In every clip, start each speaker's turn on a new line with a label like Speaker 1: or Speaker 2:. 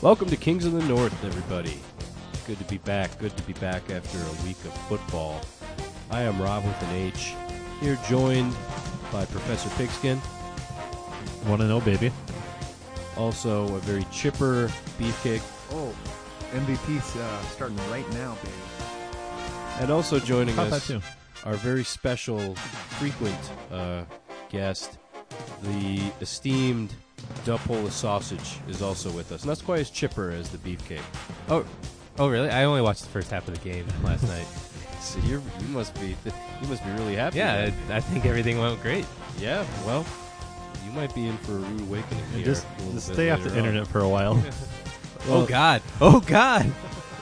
Speaker 1: Welcome to Kings of the North, everybody. Good to be back. Good to be back after a week of football. I am Rob with an H, here joined by Professor Pigskin,
Speaker 2: Want to know, baby?
Speaker 1: also a very chipper beefcake,
Speaker 3: Oh, MVP's uh, starting right now, baby.
Speaker 1: and also joining
Speaker 2: How's that
Speaker 1: us
Speaker 2: too?
Speaker 1: our very special, frequent uh, guest, the esteemed Duppola Sausage, is also with us. Not quite as chipper as the beefcake.
Speaker 4: Oh, oh really? I only watched the first half of the game last night.
Speaker 1: So you're, you must be you must be really happy.
Speaker 4: yeah,
Speaker 1: then.
Speaker 4: I, I think everything went great.
Speaker 1: Yeah, well, you might be in for a rude awakening here.
Speaker 2: Just,
Speaker 1: a little
Speaker 2: just
Speaker 1: bit
Speaker 2: stay off the
Speaker 1: later on.
Speaker 2: internet for a while.
Speaker 1: Well,
Speaker 4: oh God! Oh God!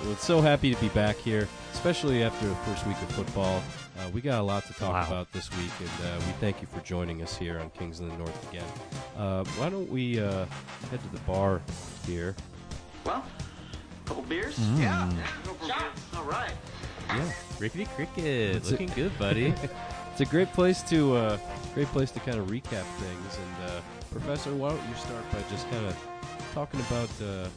Speaker 1: Well, it's so happy to be back here, especially after the first week of football. Uh, we got a lot to talk
Speaker 2: Wow.
Speaker 1: about this week, and uh, we thank you for joining us here on Kings of the North again. Uh, why don't we uh, head to the bar here?
Speaker 5: Well, couple beers? Yeah. Go for a beer. All right.
Speaker 1: Yeah,
Speaker 4: Rickety cricket,
Speaker 1: That's it.
Speaker 4: looking good, buddy.
Speaker 1: it's a great place to uh, great place to kind of recap things. And uh, Professor, why don't you start by just kind of talking about uh,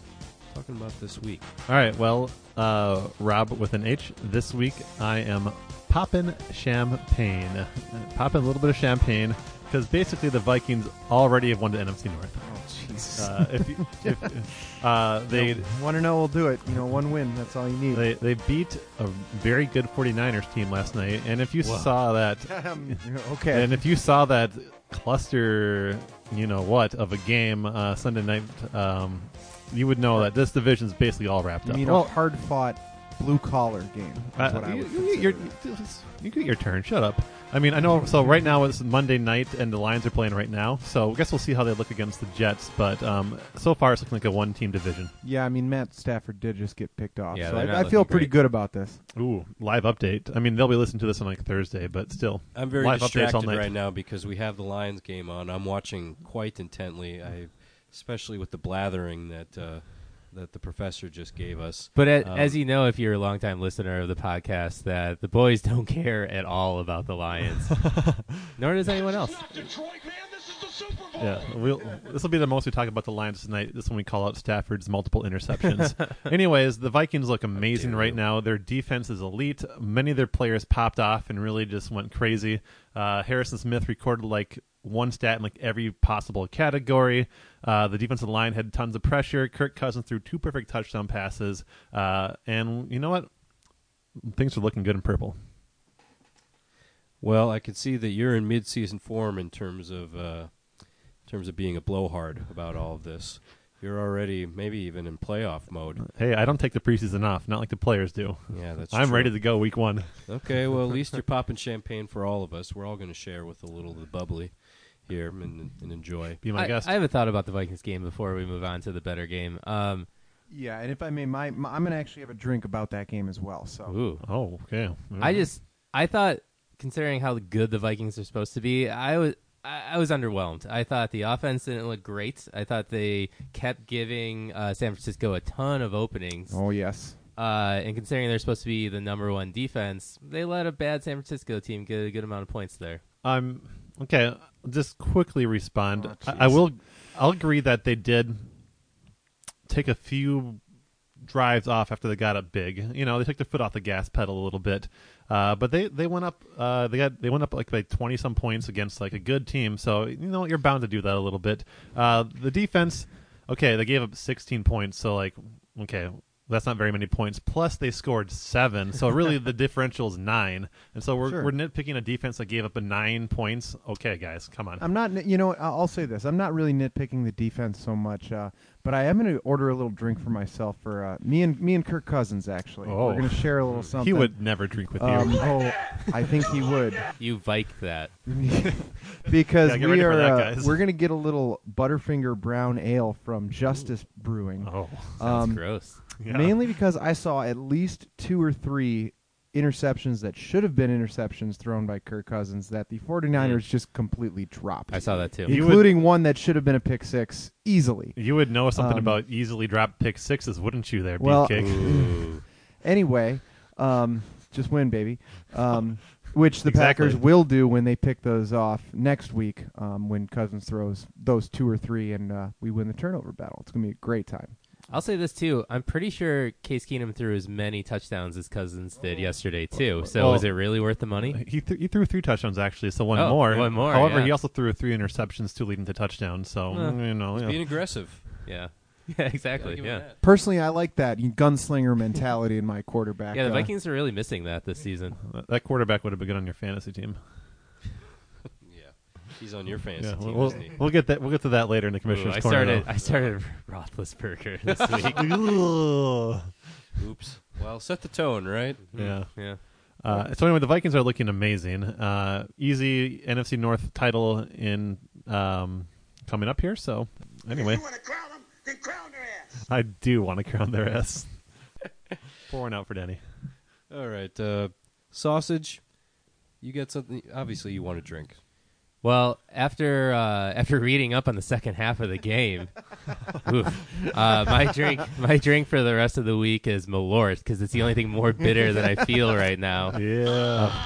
Speaker 1: talking about this week?
Speaker 2: All right. Well, uh, Rob with an H. This week I am popping champagne, popping a little bit of champagne because basically the Vikings already have won the NFC North.
Speaker 3: Oh, Jesus.
Speaker 2: Uh, if, you- if uh, they
Speaker 3: want to know, we'll do it. You know, one win, that's all you need.
Speaker 2: they they beat a very good 49ers team last night, and if you saw that,
Speaker 3: Um, okay.
Speaker 2: and if you saw that cluster, you know what of a game uh, Sunday night. Um, you would know that this division's basically all wrapped
Speaker 3: you
Speaker 2: up.
Speaker 3: mean
Speaker 2: Well,
Speaker 3: a hard fought blue collar game? That's
Speaker 2: Uh,
Speaker 3: what I
Speaker 2: you,
Speaker 3: would
Speaker 2: you get your,
Speaker 3: consider it.
Speaker 2: you get your turn. Shut up. I mean, I know. So right now it's Monday night, and the Lions are playing right now. So I guess we'll see how they look against the Jets. But um, so far, it's looking like a one-team division.
Speaker 3: Yeah, I mean, Matt Stafford did just get picked off.
Speaker 4: Yeah,
Speaker 3: so
Speaker 4: they're not
Speaker 3: I, I feel
Speaker 4: looking
Speaker 3: pretty
Speaker 4: great.
Speaker 3: good about this.
Speaker 2: Ooh, live update. I mean, they'll be listening to this on like Thursday, but still,
Speaker 1: I'm very
Speaker 2: live updates all
Speaker 1: distracted
Speaker 2: night.
Speaker 1: right now because we have the Lions game on. I'm watching quite intently. I, especially with the blathering that uh, that the professor just gave us.
Speaker 4: But as,
Speaker 1: Um,
Speaker 4: as you know, if you're a longtime listener of the podcast, that the boys don't care at all about the Lions, nor does anyone else.
Speaker 2: Yeah, we'll, this will be the most we talk about the Lions tonight. This one we call out Stafford's multiple interceptions. Anyways, the Vikings look
Speaker 1: Oh,
Speaker 2: amazing right now. Their defense is elite. Many of their players popped off and really just went crazy. Uh, Harrison Smith recorded like one stat in like every possible category. Uh, the defensive line had tons of pressure. Kirk Cousins threw two perfect touchdown passes. Uh, and you know what? Things are looking good in purple.
Speaker 1: Well, I can see that you're in mid-season form in terms of uh, in terms of being a blowhard about all of this. You're already maybe even in playoff mode.
Speaker 2: Hey, I don't take the preseason off, not like the players do.
Speaker 1: Yeah, that's.
Speaker 2: I'm
Speaker 1: true.
Speaker 2: ready to go week one.
Speaker 1: Okay, well, at least you're popping champagne for all of us. We're all going to share with a little of the bubbly here and, and enjoy.
Speaker 2: Be my
Speaker 4: I,
Speaker 2: guest.
Speaker 4: I have a thought about the Vikings game before we move on to the better game. Um,
Speaker 3: Yeah, and if I may, my, my, I'm going to actually have a drink about that game as well. So
Speaker 4: ooh,
Speaker 2: Oh, okay.
Speaker 4: I just I thought considering how good the Vikings are supposed to be, I was I I was underwhelmed. I thought the offense didn't look great. I thought they kept giving uh, San Francisco a ton of openings,
Speaker 3: Oh, yes.
Speaker 4: uh, and considering they're supposed to be the number one defense, they let a bad San Francisco team get a good amount of points there.
Speaker 2: I'm okay. I'll Just quickly respond.
Speaker 3: Oh,
Speaker 2: I, I
Speaker 3: jeez.
Speaker 2: will. I'll agree that they did take a few drives off after they got up big. You know, they took their foot off the gas pedal a little bit. Uh, but they, they went up. Uh, they got they went up like by twenty some points against like a good team. So you know you're bound to do that a little bit. Uh, the defense. Okay, they gave up sixteen points. So like okay. That's not very many points. Plus, they scored seven, so really the differential is nine. And so we're,
Speaker 3: Sure.
Speaker 2: we're nitpicking a defense that gave up a nine points. Okay, guys, come on.
Speaker 3: I'm not, nit- you know, what, I'll I'll say this. I'm not really nitpicking the defense so much, uh, but I am going to order a little drink for myself for uh, me and me and Kirk Cousins. Actually,
Speaker 2: Oh.
Speaker 3: we're going to share a little something.
Speaker 2: he would never drink with
Speaker 3: Um,
Speaker 2: you.
Speaker 3: oh, I think he would
Speaker 4: You Vike that.
Speaker 3: because
Speaker 2: Yeah, get
Speaker 3: we
Speaker 2: ready for
Speaker 3: are
Speaker 2: that,
Speaker 3: uh,
Speaker 2: guys.
Speaker 3: we're going to get a little Butterfinger Brown Ale from Justice Brewing.
Speaker 2: Oh,
Speaker 4: That's
Speaker 3: Um,
Speaker 4: gross.
Speaker 2: yeah.
Speaker 3: Mainly because I saw at least two or three interceptions that should have been interceptions thrown by Kirk Cousins that the 49ers
Speaker 2: Mm.
Speaker 3: just completely dropped.
Speaker 4: I saw that too.
Speaker 2: You- would-
Speaker 3: including one that should have been a pick six easily.
Speaker 2: you would know something
Speaker 3: um,
Speaker 2: about easily dropped pick sixes, wouldn't you? There,
Speaker 3: Well,
Speaker 2: beefcake.
Speaker 3: Anyway, um, just win, baby. Um, which the
Speaker 2: Exactly.
Speaker 3: Packers will do when they pick those off next week um, when Cousins throws those two or three and uh, we win the turnover battle. It's going to be a great time.
Speaker 4: I'll say this too. I'm pretty sure Case Keenum threw as many touchdowns as Cousins did yesterday too. So
Speaker 2: Well-
Speaker 4: is it really worth the money?
Speaker 2: He, th- he threw three touchdowns actually, so one
Speaker 4: Oh,
Speaker 2: more.
Speaker 4: one more,
Speaker 2: However,
Speaker 4: yeah.
Speaker 2: he also threw three interceptions, two leading to touchdowns. So you know, yeah.
Speaker 1: Being aggressive.
Speaker 4: Yeah. Yeah, exactly.
Speaker 1: Give him
Speaker 4: Yeah.
Speaker 1: that.
Speaker 3: Personally, I like that gunslinger mentality in my quarterback.
Speaker 4: Yeah, the
Speaker 3: uh,
Speaker 4: Vikings are really missing that this season.
Speaker 2: That- that quarterback would have been good on your fantasy team.
Speaker 1: Yeah. He's on your fantasy
Speaker 2: Yeah,
Speaker 1: team,
Speaker 2: we'll,
Speaker 1: isn't he?
Speaker 2: we'll get that. We'll get to that later in the
Speaker 4: Ooh,
Speaker 2: commissioner's
Speaker 4: I
Speaker 2: corner.
Speaker 4: started I started Roethlisberger this week.
Speaker 2: though.
Speaker 1: Oops. Well, set the tone, right?
Speaker 2: yeah.
Speaker 4: yeah.
Speaker 2: Uh, so anyway, the Vikings are looking amazing. Uh, easy NFC North title in um, coming up here. So anyway,
Speaker 5: want to crown them, then crown their ass.
Speaker 2: I do want to crown their ass. Pour one out for Danny.
Speaker 1: All right. Uh, sausage. You got something? Obviously, you want to drink.
Speaker 4: Well, after uh, after reading up on the second half of the game, oof, uh, my drink my drink for the rest of the week is Malort because it's the only thing more bitter that I feel right now.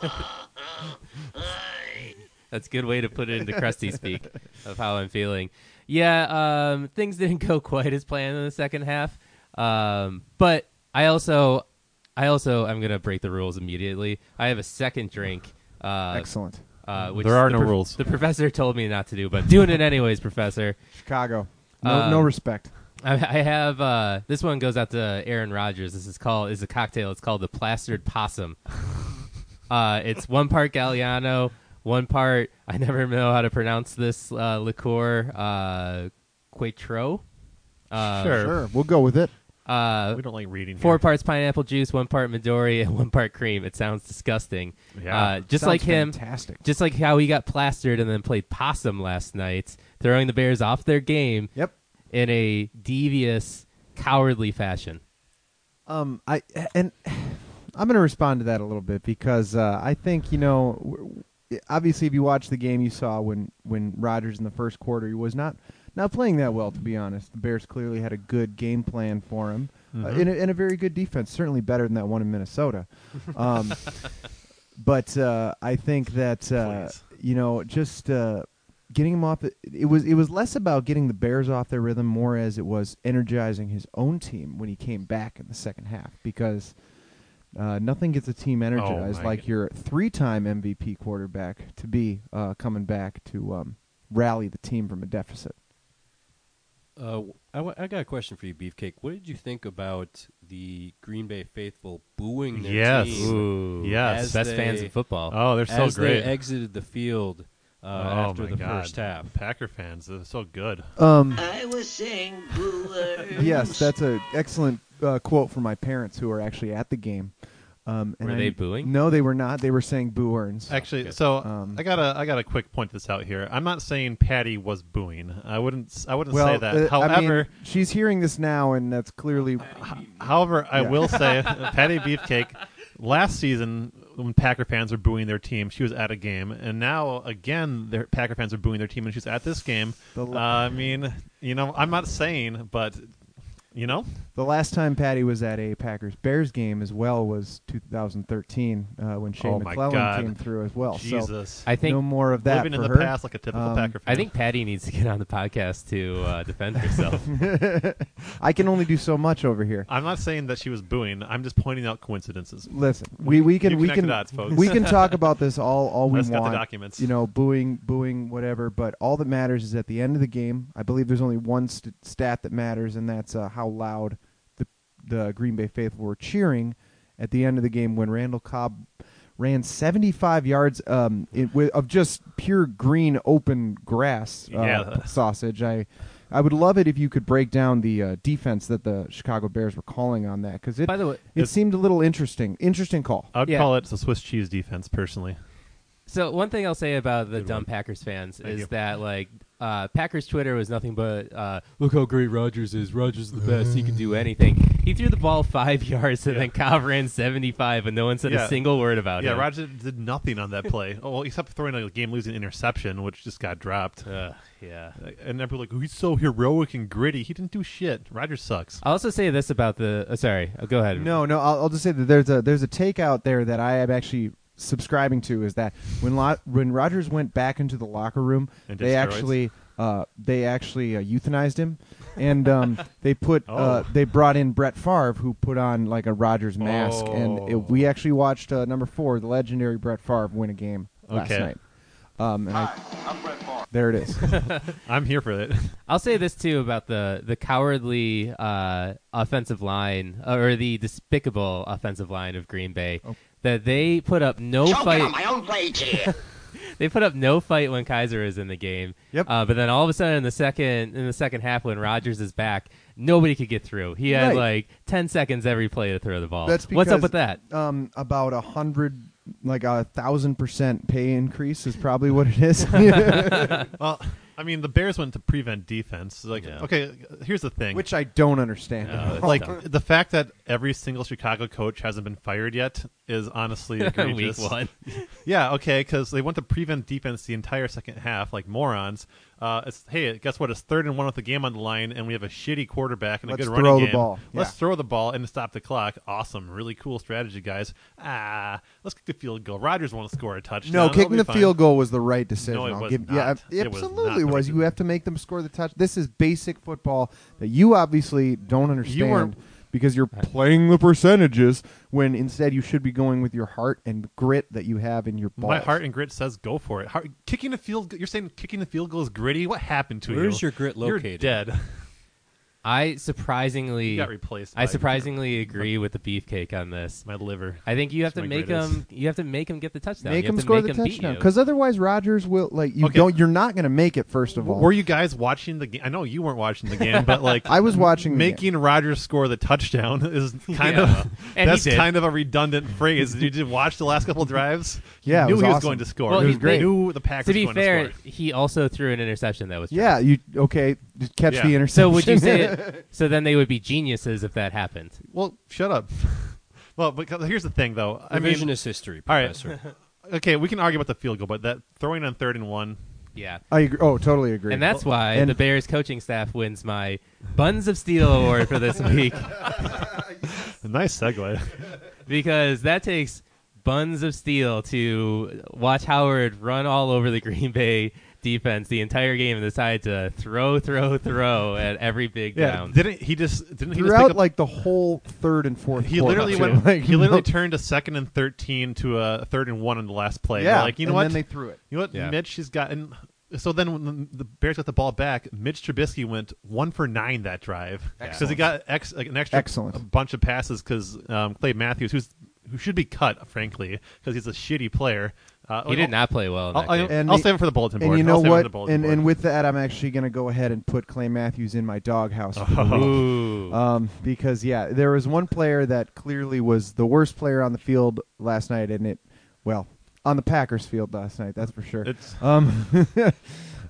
Speaker 2: Yeah.
Speaker 4: That's a good way to put it into crusty speak of how I'm feeling. Yeah, um, things didn't go quite as planned in the second half, um, but I also I also I'm gonna break the rules immediately. I have a second drink. Uh,
Speaker 3: excellent.
Speaker 4: Uh, which
Speaker 2: There are
Speaker 4: the
Speaker 2: no rules.
Speaker 4: The professor told me not to do, but I'm doing it anyways, professor.
Speaker 3: Chicago, no,
Speaker 4: Um,
Speaker 3: no respect.
Speaker 4: I, I have uh, this one goes out to Aaron Rodgers. This is called is a cocktail. It's called the Plastered Possum. uh, it's one part Galliano, one part I never know how to pronounce this uh, liqueur, uh, Quattro. Uh,
Speaker 2: Sure.
Speaker 3: Sure, we'll go with it.
Speaker 4: Uh,
Speaker 2: We don't like reading.
Speaker 4: four
Speaker 2: here.
Speaker 4: parts pineapple juice, one part Midori, and one part cream. It sounds disgusting.
Speaker 2: Yeah.
Speaker 4: Uh,
Speaker 3: Sounds
Speaker 4: just like him.
Speaker 3: fantastic.
Speaker 4: Just like how he got plastered and then played possum last night, throwing the Bears off their game
Speaker 3: Yep.
Speaker 4: in a devious, cowardly fashion.
Speaker 3: Um, I and I'm going to respond to that a little bit because uh, I think you know, w- obviously, if you watch the game, you saw when when Rodgers in the first quarter he was not not playing that well. To be honest, the Bears clearly had a good game plan for him, uh, and, a, and a very good defense, certainly better than that one in Minnesota. Um, but uh, I think that uh,
Speaker 2: Please.
Speaker 3: you know just. Uh, Getting him off, the, it was it was less about getting the Bears off their rhythm, more as it was energizing his own team when he came back in the second half. Because uh, nothing gets a
Speaker 4: Oh,
Speaker 3: team energized
Speaker 2: my
Speaker 3: like your three-time MVP quarterback to be uh, coming back to um, rally the team from a deficit.
Speaker 1: Uh, I, wa- I got a question for you, Beefcake. What did you think about the Green Bay faithful booing their
Speaker 2: Yes.
Speaker 1: team
Speaker 4: Ooh,
Speaker 2: Yes.
Speaker 4: best fans
Speaker 1: As
Speaker 4: in football.
Speaker 2: Oh, they're so
Speaker 1: as
Speaker 2: great.
Speaker 1: they exited the field uh,
Speaker 2: oh
Speaker 1: after
Speaker 2: my
Speaker 1: the
Speaker 2: God.
Speaker 1: first half?
Speaker 2: Packer fans, they're so good.
Speaker 3: Um,
Speaker 5: I was saying boo
Speaker 3: yes, that's an excellent uh, quote from my parents who are actually at the game. Um, and
Speaker 4: Were
Speaker 3: I-
Speaker 4: they booing?
Speaker 3: No, they were not. They were saying "boo earns."
Speaker 2: Actually, so
Speaker 3: Um,
Speaker 2: I gotta I gotta quick point this out here. I'm not saying Patty was booing. I wouldn't s- I wouldn't
Speaker 3: well,
Speaker 2: say that.
Speaker 3: uh, I mean,
Speaker 2: however,
Speaker 3: she's hearing this now, and that's clearly
Speaker 2: However, I
Speaker 3: Yeah.
Speaker 2: will say, Patty Beefcake, last season when Packer fans were booing their team, she was at a game, and now again, their Packer fans are booing their team, and she's at this game.
Speaker 3: The
Speaker 2: uh,
Speaker 3: la-
Speaker 2: I mean, you know, I'm not saying, but you know,
Speaker 3: the last time Patty was at a Packers Bears game as well was 2013 uh, when Shane
Speaker 2: Oh my God.
Speaker 3: McClellan came through as well. Oh, So
Speaker 2: Jesus,
Speaker 4: I think
Speaker 3: no more of that
Speaker 2: living in
Speaker 3: for
Speaker 2: the
Speaker 3: her.
Speaker 2: past like a typical
Speaker 3: Um,
Speaker 2: Packer fan.
Speaker 4: I think Patty needs to get on the podcast to uh, defend herself.
Speaker 3: I can only do so much over here.
Speaker 2: I'm not saying that she was booing. I'm just pointing out coincidences.
Speaker 3: Listen, we, we can
Speaker 2: You
Speaker 3: we
Speaker 2: connect
Speaker 3: can
Speaker 2: the dots, folks.
Speaker 3: we can talk about this all all we
Speaker 2: Let's get the
Speaker 3: want.
Speaker 2: documents.
Speaker 3: You know, booing, booing, whatever. But all that matters is at the end of the game. I believe there's only one st- stat that matters, and that's uh, how loud the the Green Bay faithful were cheering at the end of the game when Randall Cobb ran 75 yards um in, with, of just pure green open grass uh,
Speaker 2: Yeah.
Speaker 3: p- sausage. I I would love it if you could break down the uh, defense that the Chicago Bears were calling on that because it
Speaker 4: By the way-
Speaker 3: it
Speaker 2: It's-
Speaker 3: seemed a little interesting. Interesting call.
Speaker 2: I'd
Speaker 4: Yeah.
Speaker 2: call it the Swiss cheese defense, personally.
Speaker 4: So one thing I'll say about the dumb Packers fans is
Speaker 2: you.
Speaker 4: that like uh, Packers Twitter was nothing but uh, look how great Rodgers is. Rodgers is the best. He can do anything. He threw the ball five yards and then Cobb ran seventy five, and no one said
Speaker 2: Yeah.
Speaker 4: a single word about
Speaker 2: Yeah,
Speaker 4: him.
Speaker 2: Roger did nothing on that play. oh, well, except throwing a game-losing interception, which just got dropped.
Speaker 4: Ugh, yeah.
Speaker 2: And people like, oh, he's so heroic and gritty. He didn't do shit. Roger sucks.
Speaker 4: I'll also say this about the. Uh, sorry, uh, go ahead.
Speaker 3: No, no. I'll, I'll just say that there's a there's a take out there that I am actually subscribing to is that when Lo- when Rogers went back into the locker room,
Speaker 2: And did
Speaker 3: they
Speaker 2: steroids?
Speaker 3: actually uh, they actually uh, euthanized him, and um, they put uh,
Speaker 2: Oh.
Speaker 3: they brought in Brett Favre, who put on like a Rogers mask, and
Speaker 2: Oh.
Speaker 3: it, we actually watched uh, number four, the legendary Brett Favre, win a game last
Speaker 2: Okay.
Speaker 3: night. Um, and I,
Speaker 5: I'm Brett Favre.
Speaker 3: there it is.
Speaker 2: I'm here for it.
Speaker 4: I'll say this too about the the cowardly uh, offensive line uh, or the despicable offensive line of Green Bay
Speaker 3: Oh.
Speaker 4: that they put up no
Speaker 5: Choking
Speaker 4: fight.
Speaker 5: on my own blades here.
Speaker 4: they put up no fight when Kaiser is in the game.
Speaker 3: Yep.
Speaker 4: Uh, but then all of a sudden in the second in the second half when Rogers is back, nobody could get through. He had
Speaker 3: Right.
Speaker 4: like ten seconds every play to throw the ball.
Speaker 3: That's
Speaker 4: What's up
Speaker 3: because-
Speaker 4: with that?
Speaker 3: um, about a hundred, like a thousand percent pay increase is probably what it is. Yeah.
Speaker 2: well, I mean, the Bears went to prevent defense. Like,
Speaker 4: Yeah.
Speaker 2: okay, here's the thing. Uh,
Speaker 3: which uh, I don't understand.
Speaker 4: No, it's
Speaker 2: like
Speaker 4: dumb.
Speaker 2: the fact that every single Chicago coach hasn't been fired yet is honestly
Speaker 4: week
Speaker 2: egregious.
Speaker 4: one.
Speaker 2: Yeah, okay, because they went to prevent defense the entire second half, like morons. Uh, it's hey, guess what? It's third and one with the game on the line, and we have a shitty quarterback and
Speaker 3: Let's
Speaker 2: a good running
Speaker 3: throw the
Speaker 2: game.
Speaker 3: ball.
Speaker 2: Let's
Speaker 3: Yeah.
Speaker 2: throw the ball and stop the clock. Awesome, really cool strategy, guys. Ah, let's kick the field goal. Rogers won't score a touchdown.
Speaker 3: No, kicking the
Speaker 2: It'll be
Speaker 3: field
Speaker 2: fine.
Speaker 3: goal was the right decision.
Speaker 2: No, it
Speaker 3: I'll
Speaker 2: was
Speaker 3: give,
Speaker 2: not.
Speaker 3: Yeah,
Speaker 2: It was not
Speaker 3: absolutely
Speaker 2: the
Speaker 3: was.
Speaker 2: right
Speaker 3: You have to make them score the touch. This is basic football that you obviously don't
Speaker 2: You
Speaker 3: understand
Speaker 2: weren't-
Speaker 3: because you're playing the percentages when instead you should be going with your heart and grit that you have in your balls.
Speaker 2: My heart and grit says go for it. Heart, kicking the field. You're saying kicking the field goal is gritty. What happened to you?
Speaker 1: Where's your grit
Speaker 2: You're
Speaker 1: located?
Speaker 2: dead.
Speaker 4: I surprisingly
Speaker 2: You got replaced
Speaker 4: I
Speaker 2: by-
Speaker 4: surprisingly agree with the beefcake on this.
Speaker 2: My liver.
Speaker 4: I think you have
Speaker 2: It's
Speaker 4: to
Speaker 2: my
Speaker 4: make
Speaker 2: greatest.
Speaker 4: him. You have to make him get the touchdown.
Speaker 3: make
Speaker 4: you have
Speaker 3: him
Speaker 4: to
Speaker 3: score
Speaker 4: make
Speaker 3: the
Speaker 4: him beat
Speaker 3: touchdown
Speaker 4: you.
Speaker 3: because otherwise Rodgers will like you
Speaker 2: Okay.
Speaker 3: don't. You're not going to make it. First of all,
Speaker 2: Were you guys watching the game? I know you weren't watching the game, but like
Speaker 3: I was watching the game.
Speaker 2: making Rodgers score the touchdown is kind
Speaker 4: Yeah.
Speaker 2: of
Speaker 4: And he
Speaker 2: that's
Speaker 4: did.
Speaker 2: kind of a redundant phrase. You did watch the last couple drives.
Speaker 3: Yeah,
Speaker 2: you
Speaker 3: it
Speaker 2: knew
Speaker 3: was
Speaker 2: he was
Speaker 3: awesome.
Speaker 2: going to score.
Speaker 4: Well,
Speaker 3: It was
Speaker 4: he-
Speaker 3: great.
Speaker 4: they-
Speaker 2: Knew the Packers
Speaker 4: to be
Speaker 2: were going
Speaker 4: fair,
Speaker 2: to score.
Speaker 4: he also threw an interception that was.
Speaker 3: Yeah, you okay? Just catch
Speaker 2: Yeah.
Speaker 3: the interception.
Speaker 4: So would you say? It, so then they would be geniuses if that happened.
Speaker 2: Well, shut up. well, because here's the thing, though. I mean,
Speaker 1: Revisionist history,
Speaker 2: all right.
Speaker 1: professor.
Speaker 2: okay, we can argue about the field goal, but that throwing on third and one.
Speaker 4: Yeah.
Speaker 3: I agree. Oh, totally agree.
Speaker 4: And that's why
Speaker 3: and-
Speaker 4: the Bears coaching staff wins my Buns of Steel award for this week
Speaker 2: Nice segue.
Speaker 4: because that takes Buns of Steel to watch Howard run all over the Green Bay defense the entire game and decide to throw, throw, throw at every big
Speaker 2: yeah,
Speaker 4: down.
Speaker 2: didn't he just didn't he just pick
Speaker 3: throughout
Speaker 2: up
Speaker 3: like the whole third and fourth.
Speaker 2: He
Speaker 3: quarter,
Speaker 2: literally
Speaker 3: too.
Speaker 2: went.
Speaker 3: Like,
Speaker 2: he literally
Speaker 3: no-
Speaker 2: turned a second and thirteen to a third and one on the last play.
Speaker 3: Yeah,
Speaker 2: They're like you know
Speaker 3: and
Speaker 2: what?
Speaker 3: then they threw it.
Speaker 2: You know what?
Speaker 1: Yeah.
Speaker 2: Mitch has gotten. So then, when the- the Bears got the ball back, Mitch Trubisky went one for nine that drive because he got ex, like an extra
Speaker 3: Excellent.
Speaker 2: a bunch of passes because um, Clay Matthews, who's who should be cut, frankly, because he's a shitty player. Uh,
Speaker 4: He did not play well. In that
Speaker 2: I'll, I'll,
Speaker 4: game.
Speaker 3: And
Speaker 2: I'll
Speaker 3: the-
Speaker 2: save him for the bulletin board.
Speaker 3: And you
Speaker 2: I'll
Speaker 3: know
Speaker 2: save him for
Speaker 3: what?
Speaker 2: the bulletin
Speaker 3: And,
Speaker 2: board.
Speaker 3: and with that, I'm actually going to go ahead and put Clay Matthews in my doghouse for
Speaker 2: Oh.
Speaker 3: the week.
Speaker 4: Ooh.
Speaker 3: Um, because yeah, there was one player that clearly was the worst player on the field last night, and it, well, on the Packers field last night, that's for sure.
Speaker 2: It's-
Speaker 3: um,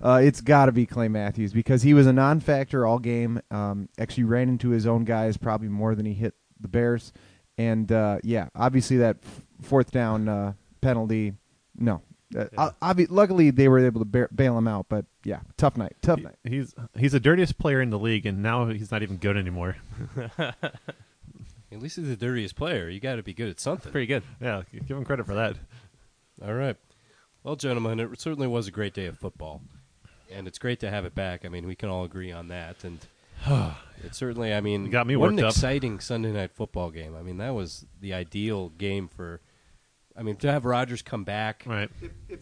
Speaker 3: uh, it's got to be Clay Matthews because he was a non-factor all game. Um, actually ran into his own guys probably more than he hit the Bears, and uh, yeah, obviously that f- fourth down uh, penalty, no. Uh, obvi- luckily, they were able to ba- bail him out, but yeah, tough night, tough night.
Speaker 2: he's he's the dirtiest player in the league, and now he's not even good anymore.
Speaker 1: At least he's the dirtiest player. You got to be good at something.
Speaker 4: Pretty good.
Speaker 2: Yeah, give him credit for that.
Speaker 1: All right. Well, gentlemen, it certainly was a great day of football, and it's great to have it back. I mean, we can all agree on that, and it certainly. I mean,
Speaker 2: It got me
Speaker 1: what an
Speaker 2: worked up.
Speaker 1: exciting Sunday night football game. I mean, that was the ideal game for. I mean, to have Rodgers come back,
Speaker 2: Right.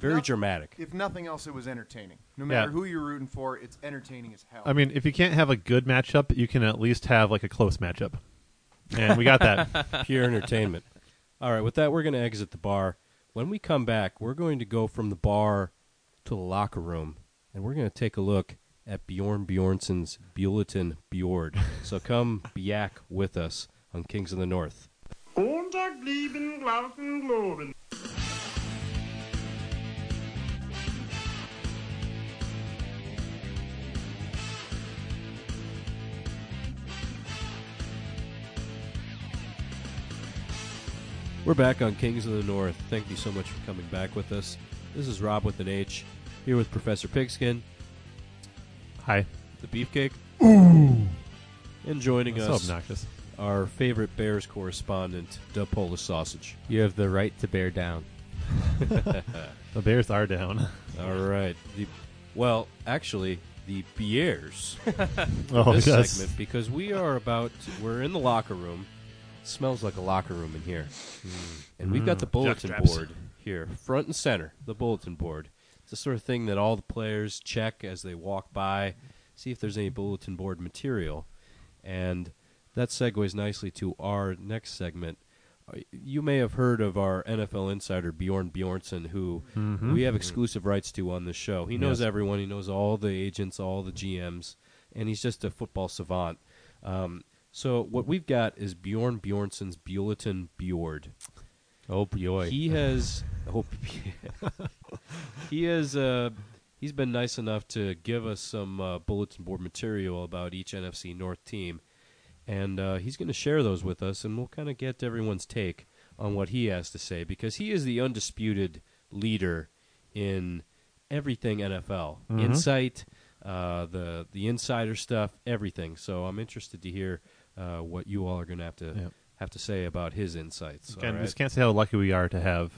Speaker 1: very dramatic.
Speaker 3: If nothing else, it was entertaining. No
Speaker 2: matter Yeah. who
Speaker 3: you're rooting for, it's entertaining as hell.
Speaker 2: I mean, if you can't have a good matchup, you can at least have like a close matchup. And we got that.
Speaker 1: pure entertainment. All right, with that, we're going to exit the bar. When we come back, we're going to go from the bar to the locker room, and we're going to take a look at Bjorn Bjornson's Bulletin Bjord. So come biak with us on Kings of the North. We're back on Kings of the North. Thank you so much for coming back with us. This is Rob with an H, here with Professor Pigskin,
Speaker 2: Hi.
Speaker 1: the Beefcake, and joining
Speaker 2: So
Speaker 1: us,
Speaker 2: obnoxious.
Speaker 1: our favorite Bears correspondent, the Polish Sausage.
Speaker 4: You have the right to bear down.
Speaker 2: The Bears are down.
Speaker 1: All right. The, well, actually, the beers
Speaker 2: Oh,
Speaker 1: this
Speaker 2: yes.
Speaker 1: segment because we are about to- we're in the locker room. Smells like a locker room in here, and we've got the bulletin
Speaker 2: Jockstraps.
Speaker 1: board here, front and center. The bulletin board. It's the sort of thing that all the players check as they walk by, see if there's any bulletin board material, and that segues nicely to our next segment. Uh, You may have heard of our NFL insider Bjorn Bjornsson, who we have exclusive rights to on this show. He knows
Speaker 2: Yes.
Speaker 1: everyone. He knows all the agents, all the GMs, and he's just a football savant. Um, so what we've got is Bjorn Bjornsson's Bulletin Bjord.
Speaker 4: Oh boy.
Speaker 1: He has. oh, he has. Uh, he's been nice enough to give us some uh, bulletin board material about each NFC North team, and uh, he's going to share those with us, and we'll kind of get everyone's take on what he has to say because he is the undisputed leader in everything NFL insight, uh, the the insider stuff, everything. So I'm interested to hear uh, what you all are going to have to.
Speaker 2: Yep.
Speaker 1: Have to say about his insights.
Speaker 2: Again,
Speaker 1: all
Speaker 2: just
Speaker 1: right?
Speaker 2: can't say how lucky we are to have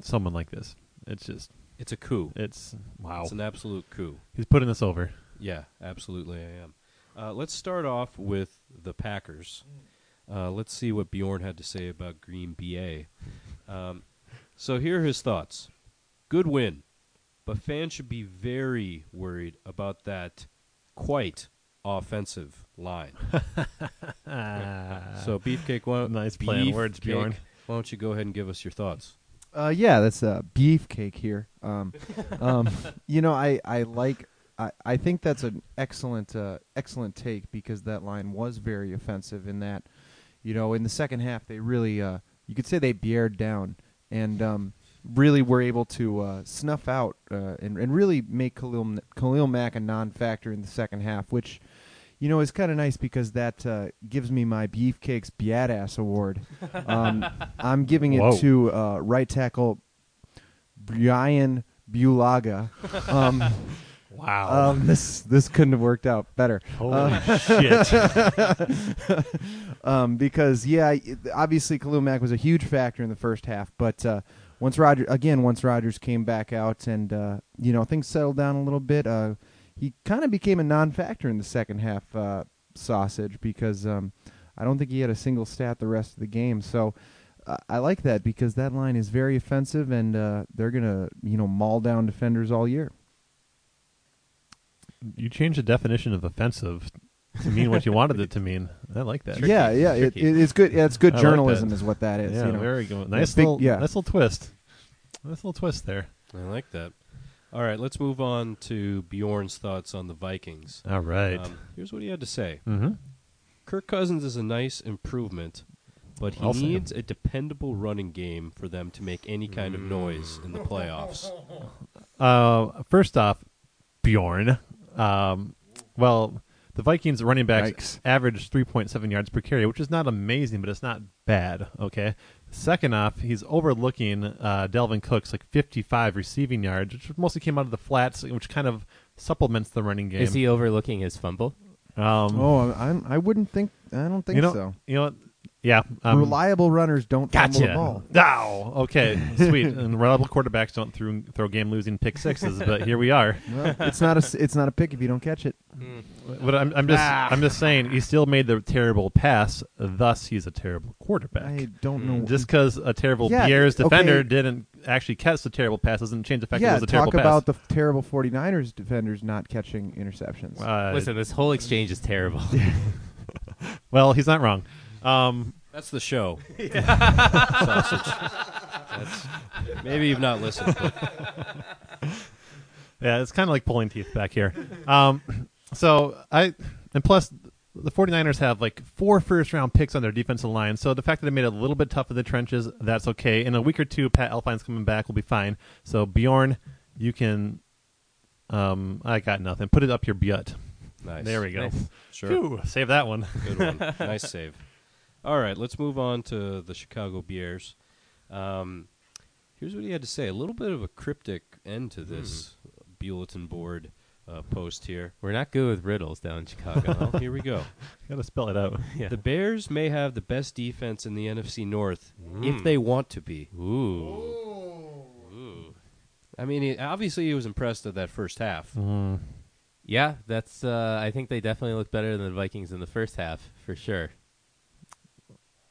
Speaker 2: someone like this. It's just,
Speaker 1: It's a coup.
Speaker 2: it's wow.
Speaker 1: It's an absolute coup.
Speaker 2: He's putting us over.
Speaker 1: Yeah, absolutely, I am. Uh, let's start off with the Packers. Uh, let's see what Bjorn had to say about Green BA. Um, so here are his thoughts. Good win, but fans should be very worried about that quite offensive line. so Beefcake, why don't,
Speaker 2: Nice play on words,
Speaker 1: Beefcake,
Speaker 2: Bjorn.
Speaker 1: Why don't you go ahead and give us your thoughts?
Speaker 3: Uh, yeah, that's a beefcake here. Um, um, you know, I, I like. I, I think that's an excellent uh, excellent take because that line was very offensive in that, you know, in the second half they really uh, you could say they beared down and um, really were able to uh, snuff out uh, and and really make Khalil Khalil Mack a non-factor in the second half, which you know is kind of nice because that uh, gives me my beefcakes badass award. Um, I'm giving it
Speaker 2: Whoa.
Speaker 3: to uh, right tackle Brian Bulaga. Um,
Speaker 2: Wow.
Speaker 3: um, uh, this this couldn't have worked out better.
Speaker 2: Holy shit.
Speaker 3: um, because yeah, it- obviously Khalil Mack was a huge factor in the first half, but uh, once Roger again, once Rogers came back out and uh, you know things settled down a little bit, uh, he kind of became a non-factor in the second half uh, sausage because um, I don't think he had a single stat the rest of the game. So uh, I like that because that line is very offensive and uh, they're gonna you know maul down defenders all year.
Speaker 2: You changed the definition of offensive to mean what you wanted it to mean. I like that.
Speaker 3: yeah, yeah, it,
Speaker 4: tricky.
Speaker 3: it is good. Yeah, it's good
Speaker 2: I like
Speaker 3: journalism,
Speaker 2: that.
Speaker 3: is what that is.
Speaker 2: yeah,
Speaker 3: you know?
Speaker 2: very good. Nice
Speaker 3: big-
Speaker 2: little,
Speaker 3: yeah.
Speaker 2: nice little twist. Nice little twist there.
Speaker 1: I like that. All right, let's move on to Bjorn's thoughts on the Vikings.
Speaker 2: All right.
Speaker 1: Um, here's what he had to say.
Speaker 2: mm-hmm.
Speaker 1: Kirk Cousins is a nice improvement, but he
Speaker 2: I'll say
Speaker 1: needs a dependable running game for them to make any kind of noise in the playoffs.
Speaker 2: Uh, first off, Bjorn. Um, well, the Vikings running backs
Speaker 3: Yikes.
Speaker 2: averaged 3.7 yards per carry, which is not amazing, but it's not bad. Okay. Second off, he's overlooking uh, Delvin Cook's like 55 receiving yards, which mostly came out of the flats, which kind of supplements the running game.
Speaker 4: Is he overlooking his fumble?
Speaker 2: Um,
Speaker 3: Oh, I'm, I wouldn't think. I don't think
Speaker 2: you know,
Speaker 3: so.
Speaker 2: You know, what? yeah. Um,
Speaker 3: Reliable runners don't fumble the ball.
Speaker 2: Ow. Okay. Sweet. and reliable quarterbacks don't throw, throw game losing pick sixes, but here we are.
Speaker 3: Well, it's not a s- it's not a pick if you don't catch it.
Speaker 2: But I'm, I'm just
Speaker 3: Ah.
Speaker 2: I'm just saying he still made the terrible pass. Thus, he's a terrible quarterback.
Speaker 3: I don't know.
Speaker 2: Mm, just because a terrible
Speaker 3: Yeah,
Speaker 2: Pierre's
Speaker 3: okay.
Speaker 2: defender didn't actually catch the terrible pass doesn't change the fact that
Speaker 3: yeah,
Speaker 2: it was a
Speaker 3: talk
Speaker 2: terrible
Speaker 3: about the
Speaker 2: pass.
Speaker 3: f- terrible 49ers defenders not catching interceptions.
Speaker 2: uh,
Speaker 4: Listen, this whole exchange is terrible.
Speaker 2: well, he's not wrong. Um,
Speaker 1: That's the show. Sausage. That's, maybe you've not listened, but
Speaker 2: Yeah, it's kind of like pulling teeth back here. Um, so I, and plus the 49ers have like four first round picks on their defensive line. So the fact that they made it a little bit tough in the trenches, that's okay. In a week or two, Pat Elfine's coming back. We'll be fine. So Bjorn, you can, um, I got nothing. Put it up your butt.
Speaker 1: nice.
Speaker 2: There we go.
Speaker 4: Nice.
Speaker 1: Sure.
Speaker 2: Phew, save that one.
Speaker 1: Good one. nice save. All right, let's move on to the Chicago Bears. Um, here's what he had to say. A little bit of a cryptic end
Speaker 4: Mm-hmm.
Speaker 1: to this bulletin board uh, post here.
Speaker 4: We're not good with riddles down in Chicago.
Speaker 1: Well, here we go.
Speaker 2: Gotta spell it out.
Speaker 4: yeah.
Speaker 1: The Bears may have the best defense in the NFC North if
Speaker 4: Mm.
Speaker 1: they want to be.
Speaker 4: Ooh.
Speaker 1: I mean, he, obviously he was impressed at that first half.
Speaker 4: Mm-hmm. Yeah, that's. Uh, I think they definitely looked better than the Vikings in the first half for sure.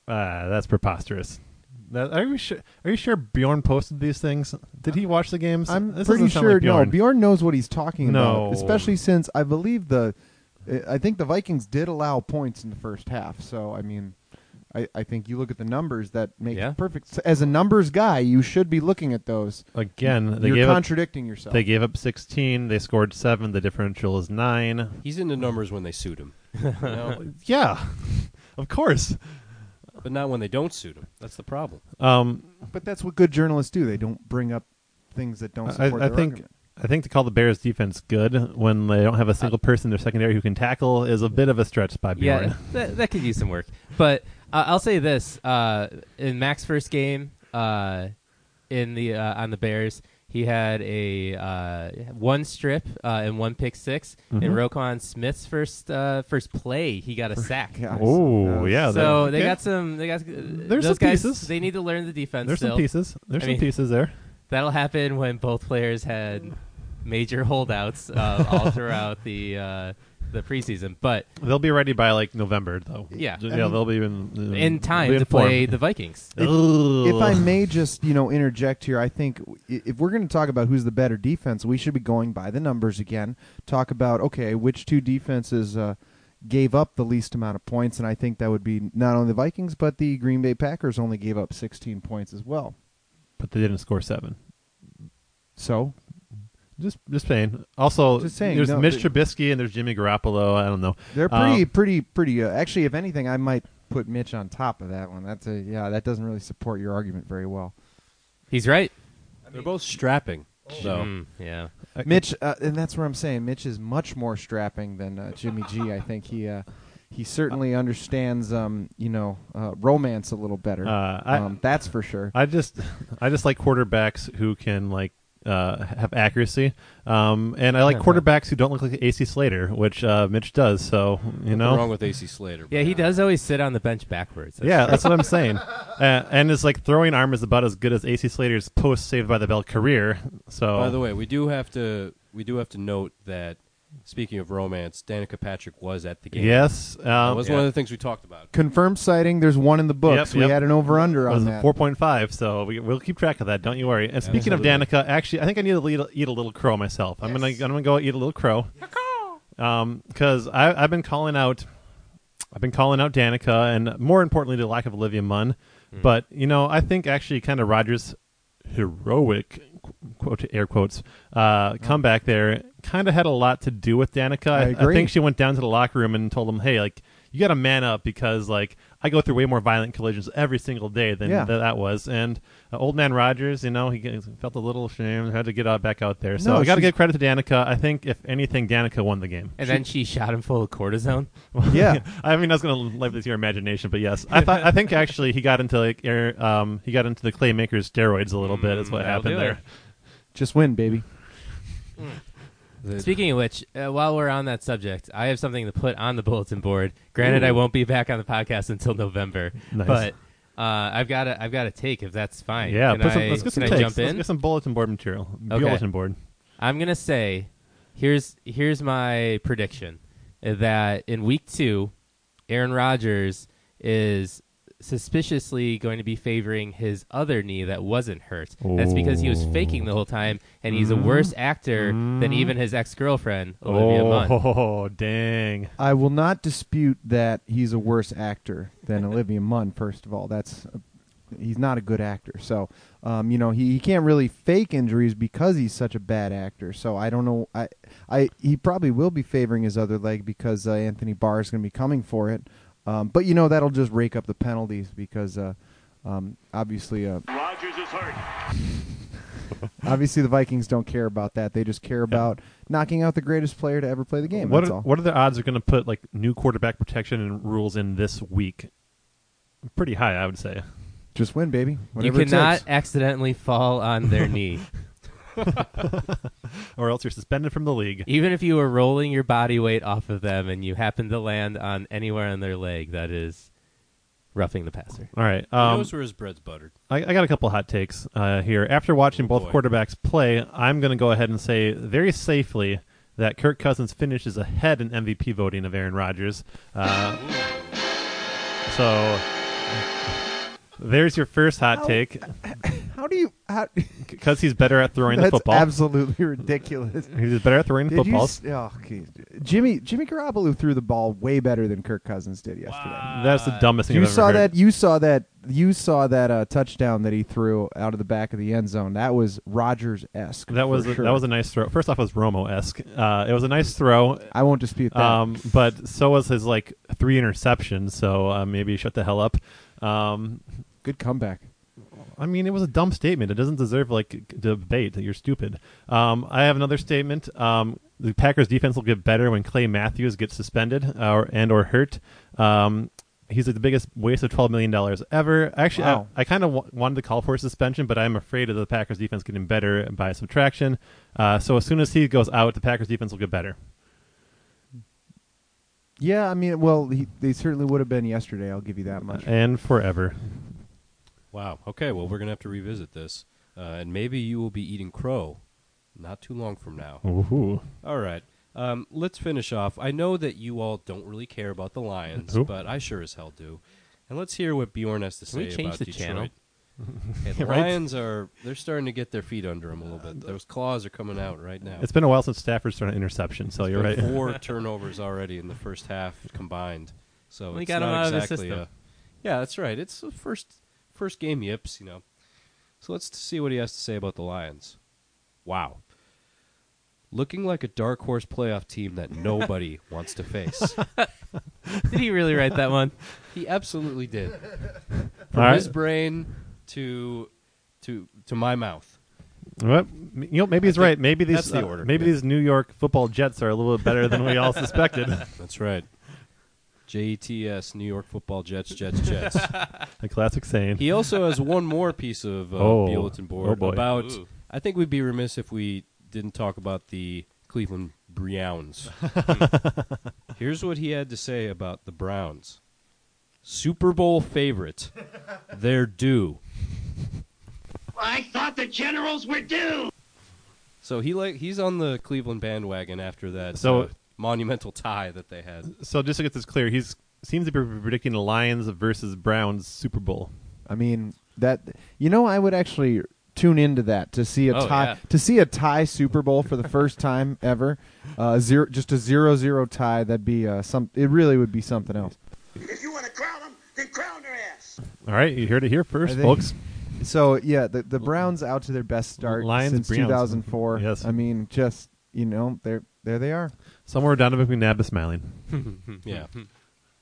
Speaker 2: Ah, that's preposterous. That, are you sure? Are you sure Bjorn posted these things? Did he watch the games?
Speaker 3: Uh, I'm
Speaker 2: This
Speaker 3: pretty
Speaker 2: doesn't sound
Speaker 3: sure
Speaker 2: like
Speaker 3: no
Speaker 2: Bjorn.
Speaker 3: Bjorn knows what he's talking
Speaker 2: No.
Speaker 3: about, especially since I believe the I think the Vikings did allow points in the first half. So I mean, I, I think you look at the numbers that makes
Speaker 4: Yeah.
Speaker 3: perfect. s- As a numbers guy, you should be looking at those.
Speaker 2: Again, they
Speaker 3: You're
Speaker 2: gave up.
Speaker 3: contradicting yourself.
Speaker 2: They gave up 16. They scored seven. The differential is nine.
Speaker 1: He's into numbers when they suit him, you know?
Speaker 2: Yeah, of course.
Speaker 1: but not when they don't suit him. That's the problem.
Speaker 2: Um,
Speaker 3: but that's what good journalists do. They don't bring up things that don't
Speaker 2: I,
Speaker 3: support
Speaker 2: I
Speaker 3: their
Speaker 2: think
Speaker 3: argument.
Speaker 2: I think to call the Bears defense good when they don't have a single person in their secondary who can tackle is a bit of a stretch by Bjorn.
Speaker 4: Yeah, that, that could use some work. But uh, I'll say this: uh, in Mac's first game uh, in the uh, on the Bears, he had a uh, one strip uh, and one pick 6 In Roquan Smith's first uh, first play, he got a sack.
Speaker 3: Yeah.
Speaker 2: Mm-hmm. Oh
Speaker 3: Uh,
Speaker 2: yeah.
Speaker 4: So
Speaker 2: that-
Speaker 4: they
Speaker 2: okay.
Speaker 4: got some. They got
Speaker 2: There's
Speaker 4: those
Speaker 2: some
Speaker 4: guys,
Speaker 2: pieces.
Speaker 4: They need to learn the defense.
Speaker 2: There's
Speaker 4: still.
Speaker 2: some pieces. There's
Speaker 4: I
Speaker 2: some
Speaker 4: mean-
Speaker 2: pieces there.
Speaker 4: That'll happen when both players had major holdouts uh, all throughout the uh, the preseason, but
Speaker 2: They'll be ready by like November though.
Speaker 4: Yeah.
Speaker 2: yeah.
Speaker 4: I
Speaker 3: mean-
Speaker 2: they'll be in in,
Speaker 4: in time
Speaker 2: they'll be
Speaker 4: to
Speaker 2: in form.
Speaker 4: play the Vikings.
Speaker 2: Ugh.
Speaker 3: If I may just, you know, interject here, I think w- i- if we're going to talk about who's the better defense, we should be going by the numbers again. Talk about okay, which two defenses uh, gave up the least amount of points, and I think that would be not only the Vikings but the Green Bay Packers only gave up 16 points as well.
Speaker 2: but they didn't score seven.
Speaker 3: So
Speaker 2: Just, just saying. Also,
Speaker 3: Just saying,
Speaker 2: there's
Speaker 3: no,
Speaker 2: Mitch
Speaker 3: they-
Speaker 2: Trubisky and there's Jimmy Garoppolo. I don't know.
Speaker 3: they're pretty,
Speaker 2: Um,
Speaker 3: pretty, pretty. Uh, actually, if anything, I might put Mitch on top of that one. That's a yeah, that doesn't really support your argument very well.
Speaker 4: He's right.
Speaker 1: They're both strapping, though.
Speaker 4: Mm, yeah.
Speaker 2: I-
Speaker 3: Mitch, uh, and that's what I'm saying. Mitch is much more strapping than uh, Jimmy G. I think he uh, he certainly understands, um, you know, uh, romance a little better.
Speaker 2: Uh, I-
Speaker 3: um, that's for sure.
Speaker 2: I just I just like quarterbacks who can like uh, have accuracy, um, and I like quarterbacks who don't look like AC Slater, which uh, Mitch does. So you
Speaker 1: Nothing wrong
Speaker 2: know,
Speaker 1: with AC Slater.
Speaker 4: Yeah,
Speaker 1: but-
Speaker 4: he does always sit on the bench backwards. That's-
Speaker 2: yeah, that's what I'm saying. Uh, and his like throwing arm is about as good as AC Slater's post Saved by the Bell career. So
Speaker 4: Oh.
Speaker 1: By the way, we do have to we do have to note that speaking of romance, Danica Patrick was at the game.
Speaker 2: yes, um,
Speaker 1: that was one of the things we talked about.
Speaker 3: Confirmed sighting. There's one in the books.
Speaker 2: Yep,
Speaker 3: we
Speaker 2: yep.
Speaker 3: had an over under
Speaker 2: It was
Speaker 3: on
Speaker 2: a
Speaker 3: that.
Speaker 2: 4.5, so we, we'll keep track of that. Don't you worry. And speaking
Speaker 1: Absolutely.
Speaker 2: of Danica, actually, I think I need to lead, eat a little crow myself. I'm gonna I'm gonna go eat a little crow. Um, because I I've been calling out, I've been calling out Danica, and more importantly, the lack of Olivia Munn. But you know, I think actually, kind of Rogers' heroic qu- quote air quotes uh, comeback there kind of had a lot to do with Danica.
Speaker 3: Uh-huh. I agree.
Speaker 2: think she went down to the locker room and told them, "Hey, like." You got to man up because, like, I go through way more violent collisions every single day than
Speaker 3: Yeah.
Speaker 2: tha- that was. And uh, old man Rogers, you know, he g- felt a little shame, had to get out back out there. So
Speaker 3: No,
Speaker 2: I got to
Speaker 3: she's-
Speaker 2: give credit to Danica. I think if anything, Danica won the game.
Speaker 4: And then she shot him full of cortisone.
Speaker 3: yeah.
Speaker 2: I mean, I was going to leave this to your imagination, but yes, I thought I think actually he got into like air, um, he got into the claymaker's steroids a little bit. Is what
Speaker 4: Mm, that'll do
Speaker 2: happened
Speaker 4: it.
Speaker 2: there.
Speaker 3: Just win, baby.
Speaker 1: The-
Speaker 4: Speaking of which, uh, while we're on that subject, I have something to put on the bulletin board. Granted, I won't be back on the podcast until November,
Speaker 2: Nice.
Speaker 4: but uh, I've got a I've got a take if that's fine.
Speaker 2: Yeah,
Speaker 4: Can
Speaker 2: put some,
Speaker 4: I-
Speaker 2: let's get some
Speaker 4: can I
Speaker 2: takes.
Speaker 4: jump
Speaker 2: Let's
Speaker 4: in?
Speaker 2: get some bulletin board material.
Speaker 4: Okay.
Speaker 2: Bulletin board.
Speaker 4: I'm gonna say, here's here's my prediction eh, that in week two, Aaron Rodgers is suspiciously going to be favoring his other knee that wasn't hurt. That's because he was faking the whole time, and he's a worse actor than even his ex girlfriend Olivia Munn.
Speaker 2: oh dang!
Speaker 3: I will not dispute that he's a worse actor than Olivia Munn. First of all, that's he's not a good actor. So, um, you know, he, he can't really fake injuries because he's such a bad actor. So I don't know. I I he probably will be favoring his other leg because uh, Anthony Barr is going to be coming for it. Um, but you know that'll just rake up the penalties because uh, um, obviously uh,
Speaker 5: Rogers is hurt.
Speaker 3: obviously the Vikings don't care about that. They just care about knocking out the greatest player to ever play the game.
Speaker 2: What
Speaker 3: that's
Speaker 2: are,
Speaker 3: all.
Speaker 2: what are the odds they're going to put like new quarterback protection and rules in this week? Pretty high, I would say.
Speaker 3: just win, baby.
Speaker 4: You
Speaker 3: Whatever it
Speaker 4: cannot
Speaker 3: takes.
Speaker 4: accidentally fall on their knee,
Speaker 2: Or else you're suspended from the league.
Speaker 4: even if you were rolling your body weight off of them and you happen to land on anywhere on their leg. That is roughing the passer.
Speaker 2: All right.
Speaker 1: he
Speaker 2: Um,
Speaker 1: knows where his bread's buttered.
Speaker 2: I, I got a couple hot takes uh, here. After watching
Speaker 1: Oh,
Speaker 2: both
Speaker 1: boy.
Speaker 2: quarterbacks play, I'm going to go ahead and say very safely that Kirk Cousins finishes ahead in MVP voting of Aaron Rodgers. Uh, so there's your first hot
Speaker 3: How-
Speaker 2: take
Speaker 3: How do you? How,
Speaker 2: because he's better at throwing the
Speaker 3: that's
Speaker 2: football.
Speaker 3: absolutely ridiculous.
Speaker 2: he's better at throwing the
Speaker 3: Did you
Speaker 2: football.
Speaker 3: s- oh, okay. Jimmy Jimmy Garoppolo threw the ball way better than Kirk Cousins did yesterday.
Speaker 2: That's the dumbest thing
Speaker 3: You
Speaker 2: I've ever
Speaker 3: saw
Speaker 2: heard.
Speaker 3: that. You saw that. You saw that uh, touchdown that he threw out of the back of the end zone. That was Rogers esque.
Speaker 2: That was a, that was a nice throw. First off, it was Romo esque. Uh, it was a nice throw,
Speaker 3: I won't dispute that.
Speaker 2: um, but so was his like three interceptions. So uh, maybe shut the hell up. Um,
Speaker 3: Good comeback.
Speaker 2: I mean, it was a dumb statement. It doesn't deserve like c- debate. You're stupid. Um, I have another statement. Um, the Packers defense will get better when Clay Matthews gets suspended uh, or, and or hurt. Um, he's the biggest waste of twelve million dollars ever. Actually,
Speaker 3: Wow.
Speaker 2: I, I kind of w- wanted to call for a suspension, but I'm afraid of the Packers defense getting better by subtraction. Uh, so as soon as he goes out, the Packers defense will get better.
Speaker 3: Yeah, I mean, well, he, they certainly would have been yesterday. I'll give you that much.
Speaker 2: And forever.
Speaker 1: Wow. Okay. Well, we're gonna have to revisit this, uh, and maybe you will be eating crow, not too long from now.
Speaker 2: Ooh.
Speaker 1: All right. Um, let's finish off. I know that you all don't really care about the Lions,
Speaker 2: Who?
Speaker 1: but I sure as hell do. And let's hear what Bjorn has to
Speaker 4: Can
Speaker 1: say
Speaker 4: we change
Speaker 1: about
Speaker 4: the
Speaker 1: Detroit.
Speaker 4: channel?
Speaker 1: Hey, the
Speaker 2: Right?
Speaker 1: Lions are they're starting to get their feet under them a little bit. Those claws are coming out right now.
Speaker 2: It's been a while since Stafford's thrown an interception, so you're
Speaker 1: There
Speaker 2: right.
Speaker 1: are Four turnovers already in the first half combined. So
Speaker 4: We
Speaker 1: it's
Speaker 4: got 'em
Speaker 1: not
Speaker 4: out of the
Speaker 1: exactly
Speaker 4: system.
Speaker 1: a- yeah, that's right. It's the first first game yips, you know. So let's see what he has to say about the Lions. Wow. Looking like a dark horse playoff team that nobody wants to face.
Speaker 4: Did he really write that one?
Speaker 1: He absolutely did. From
Speaker 2: All right.
Speaker 1: his brain to to to my mouth.
Speaker 2: Well, m- you know, maybe he's
Speaker 1: think
Speaker 2: right. Maybe these
Speaker 1: that's the
Speaker 2: uh,
Speaker 1: order,
Speaker 2: maybe
Speaker 1: yeah.
Speaker 2: these New York football Jets are a little bit better than we all suspected.
Speaker 1: That's right. JETS New York Football Jets Jets Jets.
Speaker 2: A classic saying.
Speaker 1: He also has one more piece of uh,
Speaker 2: Oh.
Speaker 1: bulletin
Speaker 2: Oh,
Speaker 1: board
Speaker 2: boy.
Speaker 1: about.
Speaker 4: Ooh.
Speaker 1: I think we'd be remiss if we didn't talk about the Cleveland Browns. Here's what he had to say about the Browns: Super Bowl favorite, they're due.
Speaker 5: I thought the generals were due.
Speaker 1: So he like he's on the Cleveland bandwagon after that
Speaker 2: So-
Speaker 1: uh, monumental tie that they had.
Speaker 2: so just to get this clear, he's seems to be predicting the Lions versus Browns Super Bowl.
Speaker 3: I mean, that you know, I would actually tune into that to see a
Speaker 4: Oh,
Speaker 3: tie
Speaker 4: yeah.
Speaker 3: to see a tie Super Bowl for the first time ever. Uh, zero, just a zero-zero tie. That'd be uh, some. It really would be something else.
Speaker 5: If you want to crown them, then crown their ass.
Speaker 2: All right, you heard it here first,
Speaker 3: I think-
Speaker 2: folks.
Speaker 3: So yeah, the the Browns out to their best start
Speaker 2: Lions,
Speaker 3: since
Speaker 2: Browns.
Speaker 3: 2004.
Speaker 2: Yes.
Speaker 3: I mean, just you know, there there they are.
Speaker 2: Somewhere Donovan McNabb is smiling.
Speaker 1: Yeah.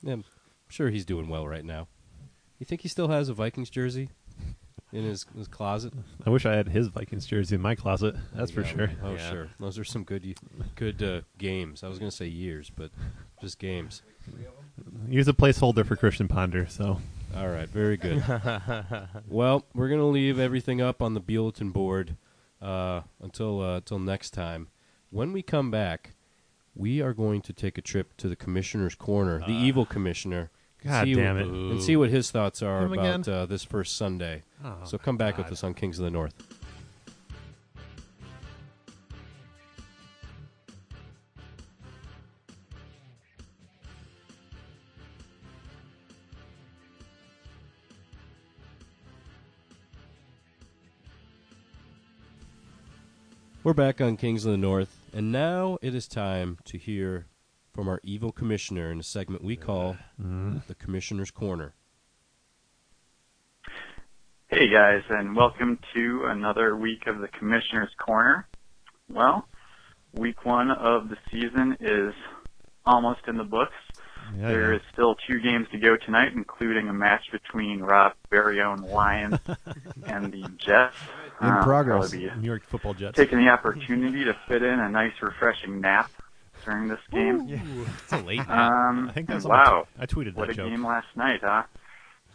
Speaker 1: yeah, I'm sure he's doing well right now. You think he still has a Vikings jersey in his, his closet?
Speaker 2: I wish I had his Vikings jersey in my closet. That's for
Speaker 1: Yeah.
Speaker 2: sure.
Speaker 1: Oh,
Speaker 4: Yeah.
Speaker 1: sure. Those are some good, good uh, games. I was going to say years, but just games.
Speaker 2: He's a placeholder for Christian Ponder. So
Speaker 1: All right, very good. well, we're going to leave everything up on the bulletin board uh, until uh, until next time. When we come back, we are going to take a trip to the commissioner's corner, the evil commissioner. and
Speaker 2: God
Speaker 1: see
Speaker 2: damn
Speaker 1: what-
Speaker 2: it.
Speaker 1: And see what his thoughts are
Speaker 2: Him
Speaker 1: about
Speaker 2: again?
Speaker 1: uh, this first Sunday.
Speaker 2: Oh,
Speaker 1: so come back with us on Kings of the North. We're back on Kings of the North, and now it is time to hear from our evil commissioner in a segment we call
Speaker 2: Mm-hmm.
Speaker 1: the Commissioner's Corner.
Speaker 6: Hey guys, and welcome to another week of the Commissioner's Corner. Well, week one of the season is almost in the books.
Speaker 2: yeah,
Speaker 6: There
Speaker 2: yeah.
Speaker 6: is still two games to go tonight, including a match between Rob very own Lions and the Jets. Uh,
Speaker 3: In
Speaker 6: I'll
Speaker 3: progress.
Speaker 6: probably be
Speaker 2: New York football Jets.
Speaker 6: taking the opportunity to fit in a nice, refreshing nap during this game.
Speaker 4: It's a late night.
Speaker 6: Um,
Speaker 2: I think that's
Speaker 6: and wow.
Speaker 2: I tweeted
Speaker 6: What
Speaker 2: that
Speaker 6: a
Speaker 2: joke.
Speaker 6: game last night, huh?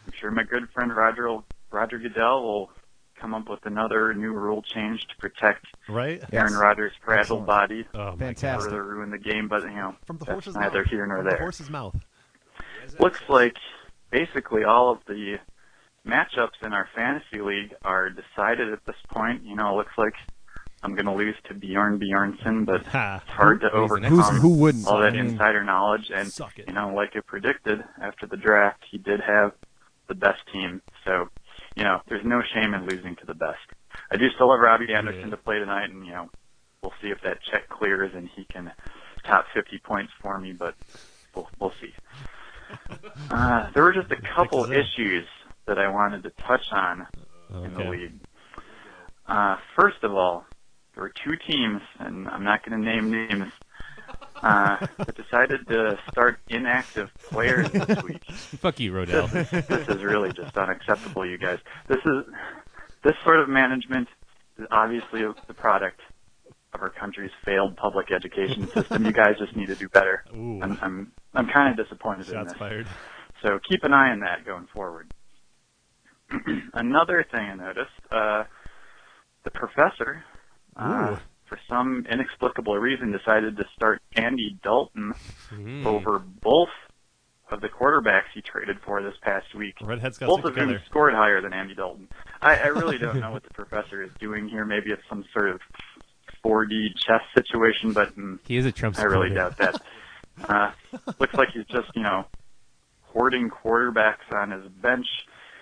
Speaker 6: I'm sure my good friend Roger Roger Goodell will come up with another new rule change to protect
Speaker 2: Right?
Speaker 3: Yes.
Speaker 6: Aaron Rodgers' fragile
Speaker 3: Excellent.
Speaker 6: body.
Speaker 2: Oh, my God.
Speaker 3: Fantastic.
Speaker 6: Further ruin the game, but you know
Speaker 2: From the
Speaker 6: that's
Speaker 2: horse's
Speaker 6: neither
Speaker 2: mouth.
Speaker 6: here nor
Speaker 2: From the
Speaker 6: there.
Speaker 2: horse's mouth.
Speaker 6: Looks like basically all of the matchups in our fantasy league are decided at this point. You know, it looks like I'm going to lose to Bjorn Bjornsson, but
Speaker 2: Ha.
Speaker 6: it's hard to
Speaker 4: Who's the next
Speaker 6: overcome
Speaker 3: Who's, who wouldn't?
Speaker 6: all that
Speaker 3: I mean,
Speaker 6: insider knowledge. And
Speaker 2: Mm. Suck it.
Speaker 6: you know, like I predicted after the draft, he did have the best team. So, you know, there's no shame in losing to the best. I do still have Robbie Anderson to play tonight, and you know, we'll see if that check clears and he can top 50 points for me. But we'll, we'll see. Uh, there were just a couple
Speaker 2: up.
Speaker 6: issues that I wanted to touch on in the
Speaker 2: Okay.
Speaker 6: league. Uh, first of all, there were two teams, and I'm not going to name names, uh, that decided to start inactive players this week.
Speaker 4: Fuck you, Rodell.
Speaker 6: This is really just unacceptable, you guys. This is this sort of management is obviously the product of our country's failed public education system. You guys just need to do better.
Speaker 2: Ooh.
Speaker 6: I'm I'm, I'm kind of disappointed in
Speaker 2: Shots
Speaker 6: this.
Speaker 2: fired.
Speaker 6: So keep an eye on that going forward. Another thing I noticed, uh, the professor, uh,
Speaker 2: Ooh.
Speaker 6: for some inexplicable reason, decided to start Andy Dalton
Speaker 2: Hmm.
Speaker 4: Mm.
Speaker 6: over both of the quarterbacks he traded for this past week.
Speaker 2: Redhead's got
Speaker 6: Both
Speaker 2: it
Speaker 6: of whom
Speaker 2: together.
Speaker 6: scored higher than Andy Dalton. I, I really don't know what the professor is doing here. Maybe it's some sort of 4D chess situation, but mm,
Speaker 4: He is a Trump
Speaker 6: I really
Speaker 4: supporter.
Speaker 6: doubt that. Uh, looks like he's just, you know, hoarding quarterbacks on his bench,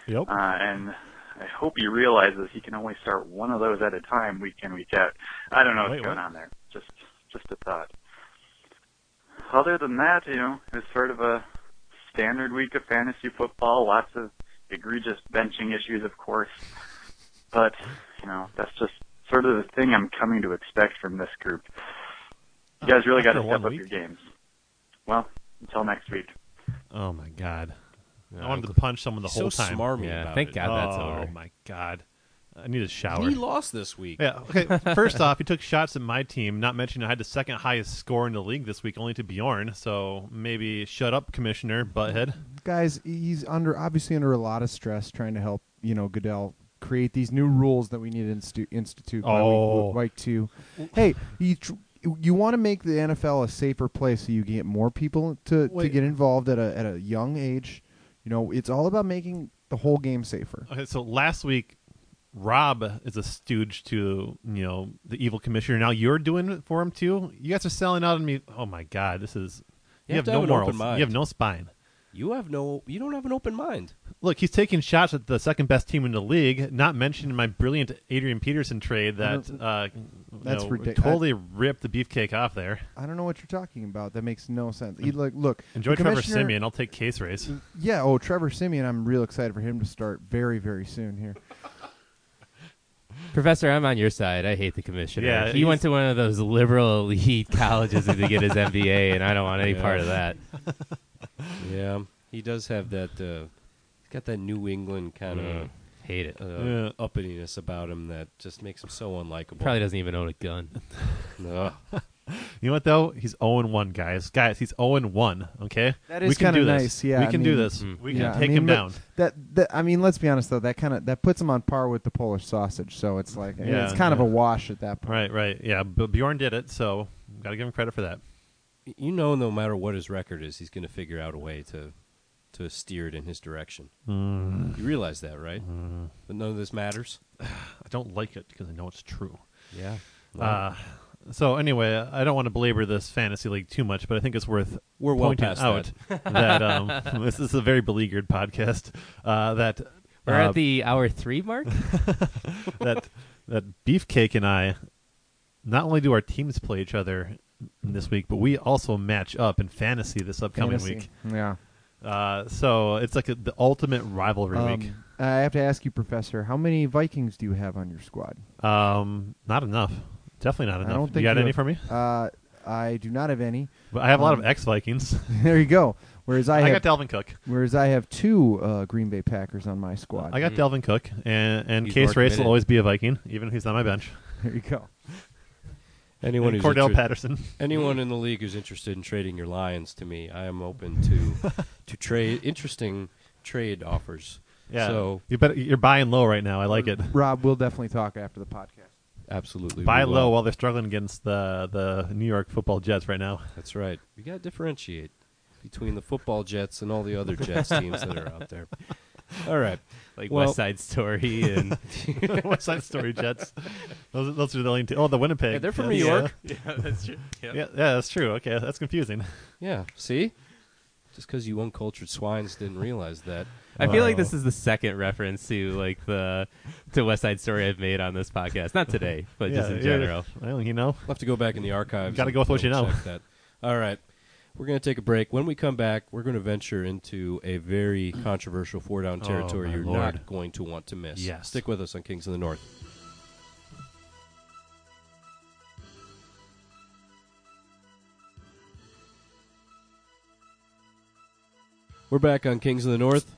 Speaker 2: Yep.
Speaker 6: uh, and I hope he realizes he can only start one of those at a time, week in, week out. I don't know what's
Speaker 2: Wait,
Speaker 6: going
Speaker 2: what?
Speaker 6: on there. Just, just a thought. Other than that, you know, it's sort of a standard week of fantasy football. Lots of egregious benching issues, of course, but you know, that's just sort of the thing I'm coming to expect from this group. You guys really got
Speaker 2: After
Speaker 6: to step
Speaker 2: one
Speaker 6: up
Speaker 2: week?
Speaker 6: your games. Well, until next week.
Speaker 2: Oh my god.
Speaker 4: No,
Speaker 2: I wanted to punch someone the
Speaker 1: so
Speaker 2: whole time.
Speaker 1: smarmy
Speaker 4: Yeah,
Speaker 1: about
Speaker 4: thank
Speaker 1: it.
Speaker 4: God. that's
Speaker 2: oh
Speaker 4: over.
Speaker 2: my god. I need a shower.
Speaker 1: He lost this week.
Speaker 2: Yeah. Okay. First off, he took shots at my team. Not mentioning I had the second highest score in the league this week, only to Bjorn. So maybe shut up, Commissioner Butthead.
Speaker 3: guys, he's under obviously under a lot of stress trying to help you know Goodell create these new rules that we need to institute, institute by
Speaker 2: Oh.
Speaker 3: week, week two. Hey, you tr- you want to make the NFL a safer place so you get more people to, to
Speaker 2: Wait.
Speaker 3: get involved at a at a young age. You know, it's all about making the whole game safer.
Speaker 2: Okay. So last week, Rob is a stooge to you know the evil commissioner. Now you're doing it for him too. You guys are selling out on me. Oh my god, this is. You,
Speaker 1: You have to
Speaker 2: no
Speaker 1: have an
Speaker 2: morals.
Speaker 1: open mind.
Speaker 2: You have no spine.
Speaker 1: You have no. You don't have an open mind.
Speaker 2: Look, he's taking shots at the second best team in the league. Not mentioning my brilliant Adrian Peterson trade that uh, you
Speaker 3: That's
Speaker 2: know,
Speaker 3: ridic-
Speaker 2: Totally ripped the beefcake off there.
Speaker 3: I don't know what you're talking about. That makes no sense. He, like, look,
Speaker 2: Enjoy
Speaker 3: the
Speaker 2: Trevor
Speaker 3: commissioner-
Speaker 2: Simeon. I'll take case race.
Speaker 3: Yeah. Oh, Trevor Simeon. I'm real excited for him to start very very soon here.
Speaker 4: Professor, I'm on your side. I hate the commissioner.
Speaker 2: Yeah,
Speaker 4: he
Speaker 2: he's-
Speaker 4: went to one of those liberal elite colleges to get his MBA, and I don't want any
Speaker 1: Yeah.
Speaker 4: part of that.
Speaker 1: Yeah, he does have that. Uh, he's got that New England kind of
Speaker 4: Hate it.
Speaker 1: uh,
Speaker 2: Yeah.
Speaker 1: uppityness about him that just makes him so unlikable.
Speaker 4: Probably doesn't even own a gun.
Speaker 1: Ugh.
Speaker 2: You know what though? He's 0 1, guys. Guys, he's 0 1, okay?
Speaker 3: That is
Speaker 2: we can
Speaker 3: kinda
Speaker 2: do this.
Speaker 3: nice, yeah,
Speaker 2: We
Speaker 3: I
Speaker 2: can do
Speaker 3: mean-
Speaker 2: this.
Speaker 1: Hmm.
Speaker 4: Mm.
Speaker 2: We
Speaker 3: Yeah,
Speaker 2: can
Speaker 3: I
Speaker 2: take
Speaker 3: mean,
Speaker 2: him
Speaker 3: but
Speaker 2: down.
Speaker 3: That, that I mean, let's be honest though. That kind of that puts him on par with the Polish sausage. So it's like I mean,
Speaker 2: Yeah,
Speaker 3: it's kind of
Speaker 2: yeah.
Speaker 3: a wash at that
Speaker 2: Right,
Speaker 3: point.
Speaker 2: right. Yeah, but Bjorn did it, so got to give him credit for that.
Speaker 1: You know, no matter what his record is, he's going to figure out a way to to steer it in his direction.
Speaker 2: Mm.
Speaker 1: You realize that, right?
Speaker 2: Mm-hmm.
Speaker 1: But none of this matters.
Speaker 2: I don't like it because I know it's true.
Speaker 1: Yeah.
Speaker 2: Uh, so anyway, I don't want to belabor this fantasy league too much, but I think it's worth
Speaker 1: We're well
Speaker 2: pointing
Speaker 1: past
Speaker 2: out that, um, this is a very beleaguered podcast. Uh, that
Speaker 4: We're
Speaker 2: uh,
Speaker 4: at the hour three mark.
Speaker 2: that that beefcake and I not only do our teams play each other this week, but we also match up in fantasy this upcoming
Speaker 3: Fantasy.
Speaker 2: week.
Speaker 3: Yeah.
Speaker 2: Uh, so it's like a, the ultimate rivalry week.
Speaker 3: Um, I have to ask you, Professor, how many Vikings do you have on your squad?
Speaker 2: Um, not enough. Definitely not enough.
Speaker 3: I don't think
Speaker 2: you got any
Speaker 3: have-
Speaker 2: for me?
Speaker 3: Uh, I do not have any.
Speaker 2: But I have a lot
Speaker 3: um,
Speaker 2: of ex Vikings.
Speaker 3: there you go. Whereas I,
Speaker 2: I,
Speaker 3: have
Speaker 2: got Dalvin Cook.
Speaker 3: whereas I have two uh, Green Bay Packers on my squad.
Speaker 2: I got Dalvin Cook, and, and
Speaker 4: He's
Speaker 2: Case
Speaker 4: more
Speaker 2: Race
Speaker 4: committed.
Speaker 2: will always be a Viking, even if he's not my bench.
Speaker 3: there you go.
Speaker 1: Anyone
Speaker 2: And
Speaker 1: who's
Speaker 2: Cordell
Speaker 1: inter-
Speaker 2: Patterson.
Speaker 1: anyone in the league who's interested in trading your lions to me, I am open to to trade interesting trade offers.
Speaker 2: Yeah.
Speaker 1: So
Speaker 2: you better, you're buying low right now. I like it.
Speaker 3: Rob, we'll definitely talk after the podcast.
Speaker 1: absolutely
Speaker 2: Buy
Speaker 1: we will.
Speaker 2: low while they're struggling against the the New York Football Jets right now.
Speaker 1: That's right. We got to differentiate between the football Jets and all the other Jets teams that are out there. All right.
Speaker 4: like
Speaker 1: Well-
Speaker 4: West Side Story, and
Speaker 2: West Side Story Jets. Those, those are the only two. Oh, the Winnipeg.
Speaker 1: Yeah, they're from
Speaker 2: Jets.
Speaker 1: New York.
Speaker 4: yeah, that's true.
Speaker 2: Yeah.
Speaker 4: Yep.
Speaker 2: yeah, yeah, that's true. Okay, that's confusing.
Speaker 1: Yeah. See? Just because you uncultured swines didn't realize that.
Speaker 4: I feel like
Speaker 2: Wow.
Speaker 4: this is the second reference to like the to West Side Story I've made on this podcast. Not today, but just
Speaker 2: Yeah,
Speaker 4: in
Speaker 2: yeah.
Speaker 4: general.
Speaker 2: Well, you know,
Speaker 1: We'll have to go back in the archives.
Speaker 2: Gotta
Speaker 1: and
Speaker 2: go with what you know.
Speaker 1: double-check That. All right. We're going to take a break. When we come back, we're going to venture into a very controversial four down
Speaker 2: Oh,
Speaker 1: territory
Speaker 2: my
Speaker 1: you're
Speaker 2: Lord.
Speaker 1: not going to want to miss.
Speaker 2: Yes.
Speaker 1: Stick with us on Kings of the North. We're back on Kings of the North.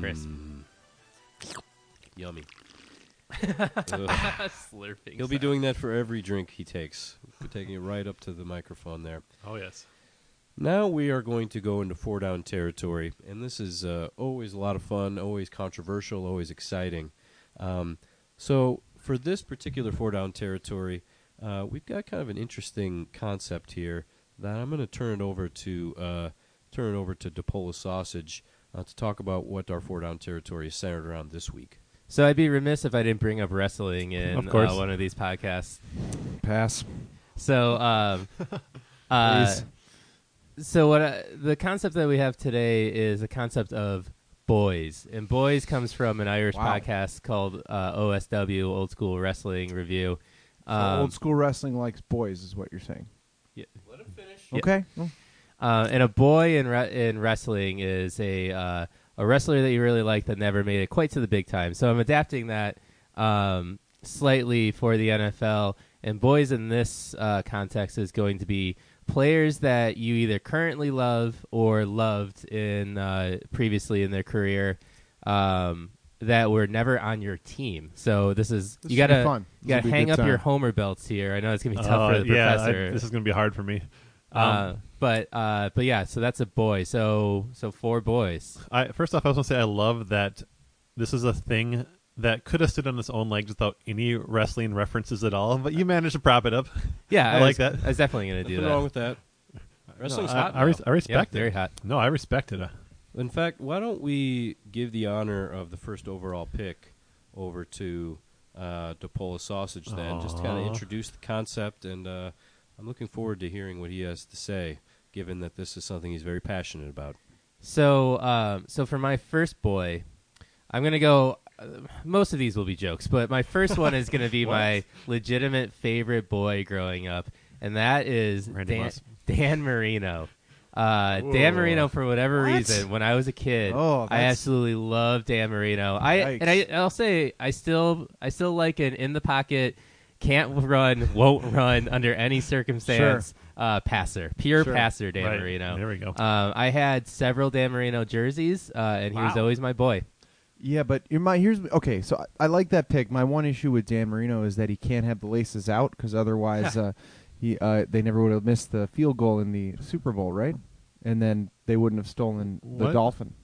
Speaker 4: Crisp.
Speaker 1: Yummy. Ugh.
Speaker 4: Slurping.
Speaker 1: He'll be doing that for every drink he takes. We're taking it right up to the microphone there.
Speaker 2: Oh yes.
Speaker 1: Now we are going to go into four down territory, and this is uh, always a lot of fun, always controversial, always exciting. Um, so for this particular four down territory, uh, we've got kind of an interesting concept here that I'm going to turn it over to uh, turn it over to DePola Sausage uh, to talk about what our four down territory is centered around this week.
Speaker 4: So I'd be remiss if I didn't bring up wrestling in
Speaker 2: Of course.
Speaker 4: Uh, one of these podcasts.
Speaker 3: Pass.
Speaker 4: So, um, uh,
Speaker 3: Please.
Speaker 4: so what I, the concept that we have today is the concept of boys, and boys comes from an Irish
Speaker 3: Wow.
Speaker 4: podcast called uh, OSW, Old School Wrestling Review. Um,
Speaker 3: old school wrestling likes boys, is what you're saying.
Speaker 4: Yeah.
Speaker 1: Let him finish.
Speaker 4: Yeah.
Speaker 3: Okay. Well,
Speaker 4: Uh, and a boy in re- in wrestling is a uh, a wrestler that you really like that never made it quite to the big time. So I'm adapting that um, slightly for the NFL. And boys in this uh, context is going to be players that you either currently love or loved in uh, previously in their career um, that were never on your team. So this is
Speaker 3: This
Speaker 4: you
Speaker 3: should be
Speaker 4: gotta
Speaker 3: fun. This will
Speaker 4: you gotta
Speaker 3: be a
Speaker 4: hang
Speaker 3: good
Speaker 4: up your
Speaker 3: time.
Speaker 4: homer belts here. I know it's gonna be tough
Speaker 2: Uh,
Speaker 4: for the
Speaker 2: yeah, I-
Speaker 4: professor.
Speaker 2: this is going to be hard for me. Um,
Speaker 4: Uh, but uh, but yeah, so that's a boy. So so four boys.
Speaker 2: I first off, I was going to say I love that this is a thing that could have stood on its own legs without any wrestling references at all, but you managed to prop it up.
Speaker 4: Yeah,
Speaker 2: I like
Speaker 4: was-
Speaker 2: that.
Speaker 4: I was definitely gonna do
Speaker 1: Nothing
Speaker 4: that.
Speaker 1: wrong with that. Wrestling's
Speaker 2: I,
Speaker 1: hot.
Speaker 2: I, res-
Speaker 1: now.
Speaker 2: I respect
Speaker 4: Yeah,
Speaker 2: it.
Speaker 4: very hot.
Speaker 2: No, I respect it. Uh,
Speaker 1: In fact, why don't we give the honor of the first overall pick over to uh, DePola Sausage then, just to kind
Speaker 2: Aw.
Speaker 1: of introduce the concept, and uh, I'm looking forward to hearing what he has to say, given that this is something he's very passionate about.
Speaker 4: So um, so for my first boy, I'm gonna go. Uh, most of these will be jokes, but my first one is gonna be my legitimate favorite boy growing up, and that is
Speaker 2: Randy
Speaker 4: Dan,
Speaker 2: Moss.
Speaker 4: Dan Marino. Uh, Dan Marino, for whatever reason, when I was a kid,
Speaker 3: Oh,
Speaker 4: I
Speaker 3: that's-
Speaker 4: absolutely loved Dan Marino. I and I,
Speaker 3: Yikes.
Speaker 4: I'll say I still I still like an in the pocket, can't run, won't run under any circumstance. Uh, passer, pure
Speaker 3: Sure.
Speaker 4: passer, Dan
Speaker 2: Right.
Speaker 4: Marino.
Speaker 2: There we go.
Speaker 4: Um, I had several Dan Marino jerseys, uh, and he was always my boy.
Speaker 3: yeah, but you're my here's okay. So I, I like that pick. My one issue with Dan Marino is that he can't have the laces out because otherwise, uh, he uh, they never would have missed the field goal in the Super Bowl, right? And then they wouldn't have stolen the
Speaker 2: What?
Speaker 3: dolphin.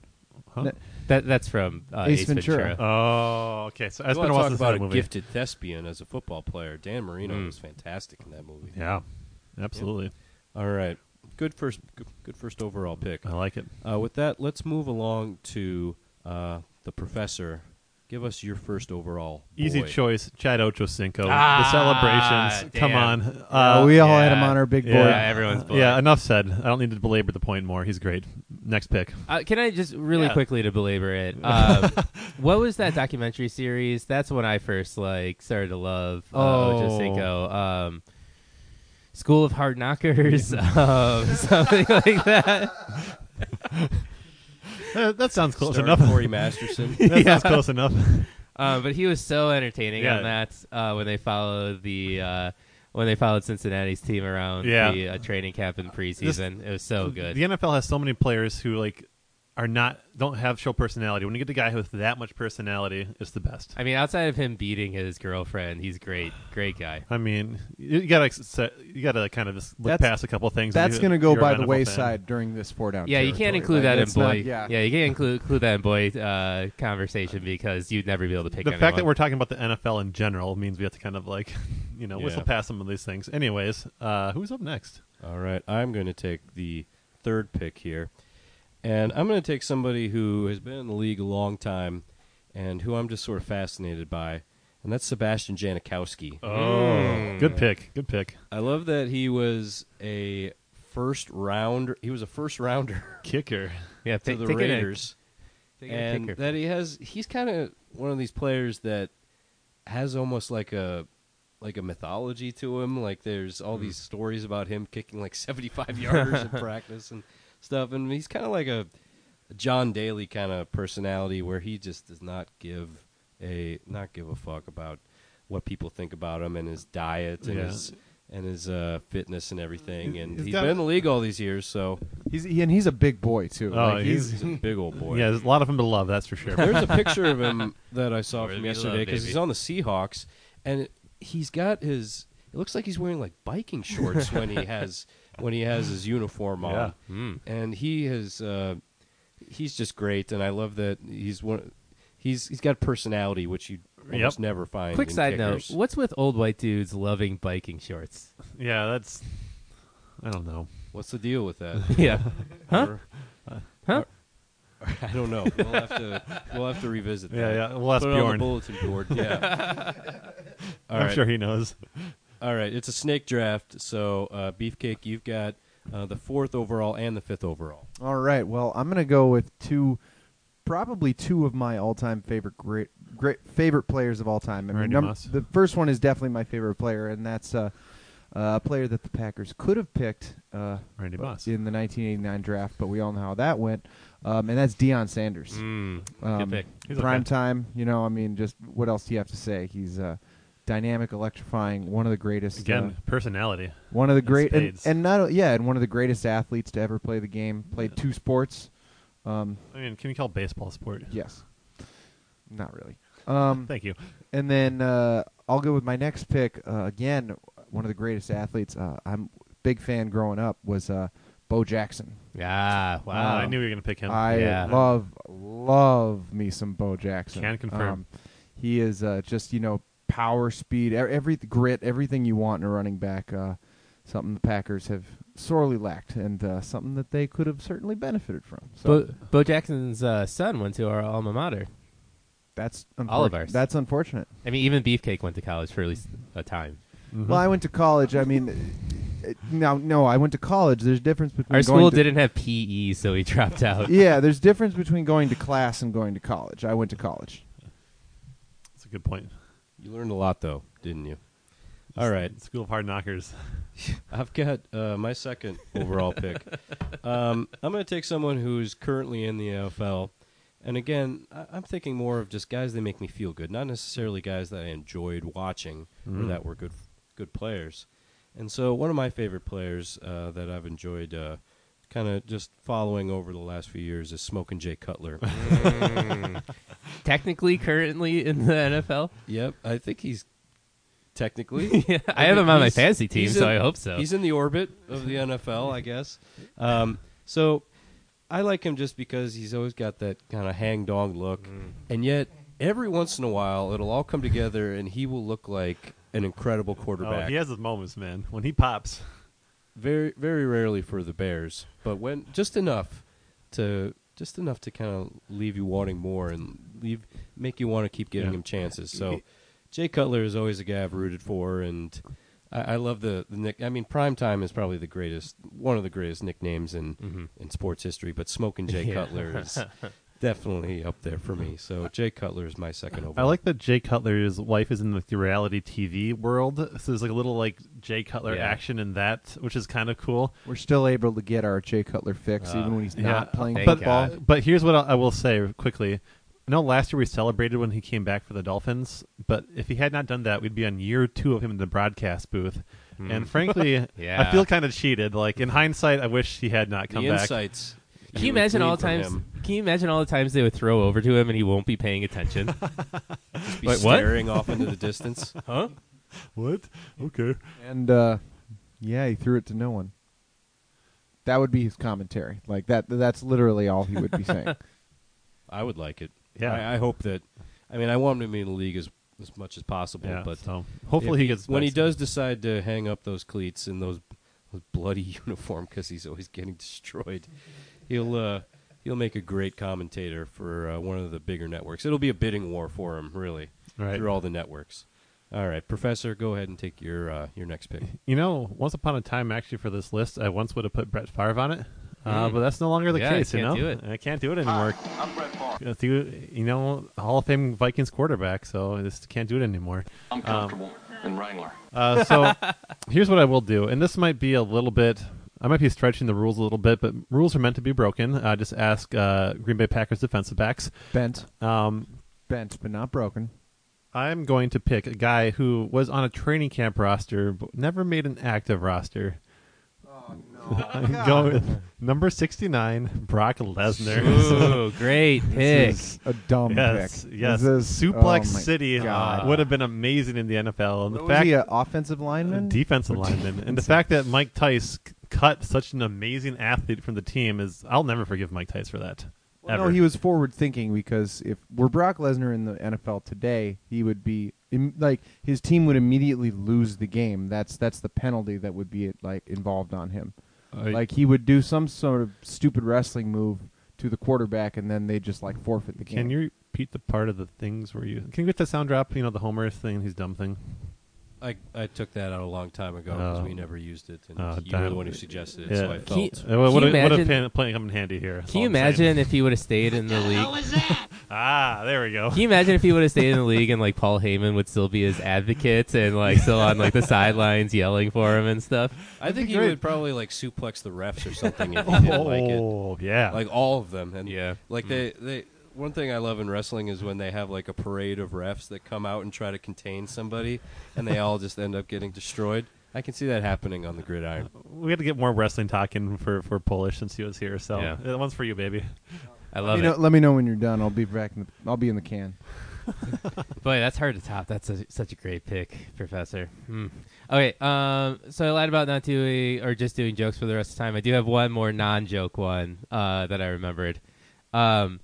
Speaker 2: Huh?
Speaker 4: That that's from uh, Ace,
Speaker 3: Ace
Speaker 4: Ventura.
Speaker 3: Ventura.
Speaker 2: Oh, okay. So
Speaker 1: You
Speaker 2: it's been a
Speaker 1: wanna
Speaker 2: while
Speaker 1: talk
Speaker 2: since I
Speaker 1: about
Speaker 2: saw
Speaker 1: a
Speaker 2: that movie.
Speaker 1: gifted thespian as a football player. Dan Marino
Speaker 4: Mm.
Speaker 1: was fantastic in that movie.
Speaker 2: Yeah, absolutely.
Speaker 1: All right, good first, good, good first overall pick.
Speaker 2: I like it.
Speaker 1: Uh, with that, let's move along to uh, the professor. Give us your first overall.
Speaker 2: Easy
Speaker 1: boy.
Speaker 2: choice, Chad Ochocinco.
Speaker 4: Ah,
Speaker 2: the celebrations. Come on.
Speaker 4: damn.
Speaker 2: Uh,
Speaker 3: we all Oh, had
Speaker 4: yeah.
Speaker 3: him on our big board.
Speaker 4: Yeah, everyone's boy.
Speaker 2: Yeah, enough said. I don't need to belabor the point more. He's great. Next pick.
Speaker 4: Uh, can I just really
Speaker 2: Yeah.
Speaker 4: quickly to belabor it? Um, what was that documentary series? That's when I first like started to love uh,
Speaker 2: Oh.
Speaker 4: Ocho Cinco. Um, School of Hard Knockers, um, something like that.
Speaker 2: Uh, that sounds close
Speaker 1: Starring
Speaker 2: enough.
Speaker 1: Corey Masterson.
Speaker 2: that sounds close enough.
Speaker 4: Um, but he was so entertaining
Speaker 2: Yeah.
Speaker 4: on that uh, when they followed the uh, when they followed Cincinnati's team around
Speaker 2: Yeah.
Speaker 4: the uh, training camp in preseason. it was so good.
Speaker 2: The NFL has so many players who like are not don't have show personality. When you get the guy with that much personality, it's the best.
Speaker 4: I mean, outside of him beating his girlfriend, he's great, great guy.
Speaker 2: I mean, you you gotta accept- you gotta kind of just look
Speaker 3: That's-
Speaker 2: past a couple things.
Speaker 3: That's
Speaker 2: if you-
Speaker 3: going to go
Speaker 2: you're
Speaker 3: by
Speaker 2: an
Speaker 3: the
Speaker 2: NFL fan.
Speaker 3: wayside during this four down.
Speaker 4: Yeah, you can't
Speaker 3: territory.
Speaker 4: include
Speaker 3: Like,
Speaker 4: that in
Speaker 3: it's not-
Speaker 4: boy.
Speaker 3: yeah.
Speaker 4: you can't include, include that in boy uh, conversation because you'd never be able to pick
Speaker 2: The
Speaker 4: anyone.
Speaker 2: fact that we're talking about the NFL in general means we have to kind of like, you know, whistle
Speaker 1: Yeah.
Speaker 2: past some of these things. Anyways, uh, who's up next?
Speaker 1: All right, I'm going to take the third pick here, And I'm going to take somebody who has been in the league a long time and who I'm just sort of fascinated by, and that's Sebastian Janikowski.
Speaker 4: Oh.
Speaker 1: Oh.
Speaker 2: Hmm. Good pick. Good pick.
Speaker 1: I love that he was a first round. He was a first rounder
Speaker 2: Kicker.
Speaker 4: Yeah,
Speaker 1: to
Speaker 4: take,
Speaker 1: the
Speaker 4: take it in.
Speaker 1: Raiders,
Speaker 4: Take it in,
Speaker 1: and
Speaker 4: kicker.
Speaker 1: that he has. He's kind of one of these players that has almost like a like a mythology to him. Like there's all these stories about him kicking like 75 yarders in practice and stuff, and he's kind of like a John Daly kind of personality where he just does not give a not give a fuck about what people think about him and his diet and
Speaker 2: Yeah.
Speaker 1: his and his uh, fitness and everything. And
Speaker 3: he's
Speaker 1: he's
Speaker 3: got-
Speaker 1: been in the league all these years, so
Speaker 3: He's he, and he's a big boy too.
Speaker 2: Oh,
Speaker 3: Like,
Speaker 2: he's,
Speaker 1: he's a big old boy.
Speaker 2: yeah. There's a lot of him to love. That's for sure.
Speaker 1: There's a picture of him that I saw
Speaker 4: Where
Speaker 1: from
Speaker 4: we
Speaker 1: yesterday
Speaker 4: love,
Speaker 1: because he's
Speaker 4: baby.
Speaker 1: on the Seahawks, and it, he's got his. It looks like he's wearing like biking shorts when he has when he has his uniform on,
Speaker 2: Yeah. Hmm.
Speaker 4: Mm.
Speaker 1: and he has. Uh, he's just great, and I love that he's one. He's he's got personality, which you almost
Speaker 2: Yep.
Speaker 1: never find.
Speaker 4: Quick
Speaker 1: in
Speaker 4: side
Speaker 1: kickers.
Speaker 4: note: What's with old white dudes loving biking shorts?
Speaker 2: yeah, that's. I don't know.
Speaker 1: What's the deal with that?
Speaker 4: yeah,
Speaker 1: Huh?
Speaker 4: Huh?
Speaker 1: I don't know. We'll have to we'll have to revisit
Speaker 2: Yeah,
Speaker 1: that.
Speaker 2: yeah. We'll ask
Speaker 1: Put it on the
Speaker 2: Bjorn.
Speaker 1: bulletin board. Yeah. All
Speaker 2: I'm
Speaker 1: right.
Speaker 2: sure he knows.
Speaker 1: All right, it's a snake draft, so uh, Beefcake, you've got uh, the fourth overall and the fifth overall.
Speaker 3: All right. Well, I'm gonna go with two, probably two of my all-time favorite great, great favorite players of all time. I mean,
Speaker 2: Randy
Speaker 3: num-
Speaker 2: Moss.
Speaker 3: the first one is definitely my favorite player, and that's uh, a player that the Packers could have picked uh,
Speaker 2: Randy Moss.
Speaker 3: in the 1989 draft, but we all know how that went. Um, and that's Deion Sanders.
Speaker 1: Hmm.
Speaker 4: mm.
Speaker 3: Um,
Speaker 4: good pick.
Speaker 2: He's
Speaker 3: prime
Speaker 2: okay.
Speaker 3: time, you know. I mean, just what else do you have to say? He's uh, dynamic, electrifying, one of the greatest. uh,
Speaker 2: Again, personality.
Speaker 3: one of the
Speaker 2: In
Speaker 3: great and,
Speaker 2: spades.
Speaker 3: and not yeah, and one of the greatest athletes to ever play the game. Played two sports. Um,
Speaker 2: I mean, can you call baseball a sport?
Speaker 3: yes, not really. Um,
Speaker 2: Thank you.
Speaker 3: and then uh, I'll go with my next pick. Uh, again, one of the greatest athletes. Uh, I'm big fan growing up was uh, Bo Jackson.
Speaker 4: Ah,
Speaker 2: Uh,
Speaker 4: wow.
Speaker 2: I knew you were going to pick him.
Speaker 3: I
Speaker 4: Yeah.
Speaker 3: love love me some Bo Jackson. Um,
Speaker 2: Can confirm.
Speaker 3: he is uh, just you know power, speed, e- every grit, everything you want in a running back. Uh, something the Packers have sorely lacked, and uh, something that they could have certainly benefited from. So
Speaker 4: Bo, Bo Jackson's uh, son went to our alma mater.
Speaker 3: that's unfor-
Speaker 4: all of ours.
Speaker 3: That's unfortunate.
Speaker 4: I mean, even Beefcake went to college for at least a time.
Speaker 3: Well, I went to college. I mean, it- no, no, I went to college. There's a difference between
Speaker 4: Our
Speaker 3: going
Speaker 4: school
Speaker 3: to-
Speaker 4: didn't have PE, so he dropped out.
Speaker 3: Yeah, there's difference between going to class and going to college. I went to college.
Speaker 2: That's a good point.
Speaker 1: You learned a lot, though, didn't you? All right,
Speaker 2: School of Hard Knockers.
Speaker 1: I've got uh, my second overall pick. Um, I'm going to take someone who's currently in the NFL, and again, I- I'm thinking more of just guys that make me feel good, not necessarily guys that I enjoyed watching or that were good good players. And so, one of my favorite players uh, that I've enjoyed uh, kind of just following over the last few years is Smoking Jay Cutler.
Speaker 4: Technically, currently in the NFL.
Speaker 1: Yep, I think he's technically.
Speaker 4: Yeah, I have him on my
Speaker 1: he's-
Speaker 4: fantasy team,
Speaker 1: he's
Speaker 4: so
Speaker 1: in-
Speaker 4: I hope so.
Speaker 1: He's in the orbit of the NFL, I guess. Um, so I like him just because he's always got that kind of hang dog look,
Speaker 4: Mm.
Speaker 1: and yet every once in a while it'll all come together, and he will look like an incredible
Speaker 2: Oh,
Speaker 1: quarterback.
Speaker 2: he has his moments, man. When he pops.
Speaker 1: Very, very rarely for the Bears, but when just enough to just enough to kind of leave you wanting more and leave make you want to keep giving
Speaker 2: Yeah.
Speaker 1: him chances. So, Jay Cutler is always a guy I've rooted for, and I, I love the, the nick. I mean, Primetime is probably the greatest, one of the greatest nicknames in in sports history. But Smoking Jay
Speaker 4: Yeah.
Speaker 1: Cutler is definitely up there for me. So Jay Cutler is my second
Speaker 2: I
Speaker 1: overall.
Speaker 2: like that Jay Cutler's wife is in like the reality TV world, so there's like a little like Jay Cutler
Speaker 4: Yeah.
Speaker 2: action in that, which is kind of cool.
Speaker 3: We're still able to get our Jay Cutler fix, even when he's not playing
Speaker 4: Uh, thank
Speaker 2: but
Speaker 4: God.
Speaker 3: football.
Speaker 2: but here's what I I will say quickly. I know last year we celebrated when he came back for the Dolphins, but if he had not done that, we'd be on year two of him in the broadcast booth.
Speaker 1: Hmm.
Speaker 2: And frankly,
Speaker 4: Yeah.
Speaker 2: I feel kind of cheated. Like in hindsight, I wish he had not come
Speaker 1: the
Speaker 2: back.
Speaker 1: insights.
Speaker 4: Can you imagine
Speaker 1: would
Speaker 4: all the
Speaker 1: glean from
Speaker 4: times?
Speaker 1: him.
Speaker 4: Can you imagine all the times they would throw over to him and he won't be paying attention?
Speaker 1: Just be
Speaker 4: Wait, what?
Speaker 1: staring off into the distance?
Speaker 4: huh?
Speaker 2: What? Okay.
Speaker 3: And uh, yeah, he threw it to no one. That would be his commentary. Like that. That's literally all he would be saying.
Speaker 1: I would like it.
Speaker 2: Yeah.
Speaker 1: I, I hope that. I mean, I want him to be in the league as as much as possible.
Speaker 2: Yeah,
Speaker 1: but
Speaker 2: so hopefully he
Speaker 1: if
Speaker 2: gets
Speaker 1: when he
Speaker 2: back
Speaker 1: does decide to hang up those cleats and those, those bloody uniform because he's always getting destroyed. He'll uh, he'll make a great commentator for uh, one of the bigger networks. It'll be a bidding war for him, really,
Speaker 2: Right.
Speaker 1: through all the networks. All right, Professor, go ahead and take your uh, your next pick.
Speaker 2: You know, once upon a time, actually, for this list, I once would have put Brett Favre on it, uh, but that's no longer the
Speaker 4: Hmm. Yeah, I
Speaker 2: case. you know,
Speaker 4: can't do it.
Speaker 2: I can't do it anymore.
Speaker 5: I'm Brett Favre.
Speaker 2: Uh, You you know, Hall of Fame Vikings quarterback, so I just can't do it anymore. Um,
Speaker 5: I'm comfortable in Wrangler.
Speaker 2: Uh, so here's what I will do, and this might be a little bit. I might be stretching the rules a little bit, but rules are meant to be broken. Uh, just ask uh, Green Bay Packers defensive backs.
Speaker 3: Bent,
Speaker 2: Um,
Speaker 3: bent, but not broken.
Speaker 2: I'm going to pick a guy who was on a training camp roster but never made an active roster. Oh no! I'm going with number 69, Brock Lesnar.
Speaker 4: Ooh, great pick.
Speaker 2: This is-
Speaker 3: A dumb
Speaker 2: Yes,
Speaker 3: pick.
Speaker 2: yes.
Speaker 3: This is-
Speaker 2: Suplex
Speaker 3: oh my
Speaker 2: City uh,
Speaker 3: God.
Speaker 2: would have been amazing in the NFL. And
Speaker 3: What
Speaker 2: the
Speaker 3: was
Speaker 2: fact
Speaker 3: he, an offensive lineman?
Speaker 2: defensive lineman, and the fact that Mike Tice c- cut such an amazing athlete from the team is I'll never forgive Mike Tice for that.
Speaker 3: Well,
Speaker 2: ever.
Speaker 3: No, he was forward thinking because if were Brock Lesnar in the NFL today, he would be im- like his team would immediately lose the game. That's that's the penalty that would be like involved on him. like he would do some sort of stupid wrestling move to the quarterback, and then they just like forfeit the game.
Speaker 2: Can you repeat the part of the things where you can you get the sound drop? You know the Homer thing, his dumb thing.
Speaker 1: I, I took that out a long time ago because
Speaker 2: Oh.
Speaker 1: we never used it, and
Speaker 2: Oh,
Speaker 1: you were
Speaker 2: damn.
Speaker 1: the one who suggested it,
Speaker 2: Yeah.
Speaker 1: so I felt.
Speaker 2: Uh, what, what,
Speaker 4: Can you
Speaker 2: a- what a
Speaker 4: imagine-
Speaker 2: pan, playing come in handy here. that's
Speaker 4: Can
Speaker 2: all
Speaker 4: you
Speaker 2: I'm saying.
Speaker 4: imagine if he would have stayed in the league?
Speaker 2: Ah, there we go.
Speaker 4: Can you imagine if he would have stayed in the league and like Paul Heyman would still be his advocate and like still on like the sidelines yelling for him and stuff?
Speaker 1: I think he
Speaker 2: great.
Speaker 1: would probably like suplex the refs or something if he didn't like it.
Speaker 2: oh yeah.
Speaker 1: like all of them. And
Speaker 4: Yeah.
Speaker 1: like they they one thing I love in wrestling is when they have like a parade of refs that come out and try to contain somebody, and they all just end up getting destroyed. I can see that happening on the gridiron.
Speaker 2: we had to get more wrestling talking for for Polish since he was here. So
Speaker 4: Yeah.
Speaker 2: that one's for you, baby.
Speaker 4: I
Speaker 3: Let
Speaker 4: love
Speaker 3: me,
Speaker 4: it.
Speaker 3: know, let me know when you're done. I'll be back. In the, I'll be in the can.
Speaker 4: Boy, that's hard to top. That's a, such a great pick, Professor. Hmm. Okay, um, so I lied about not doing or just doing jokes for the rest of the time. I do have one more non-joke one uh, that I remembered. Um,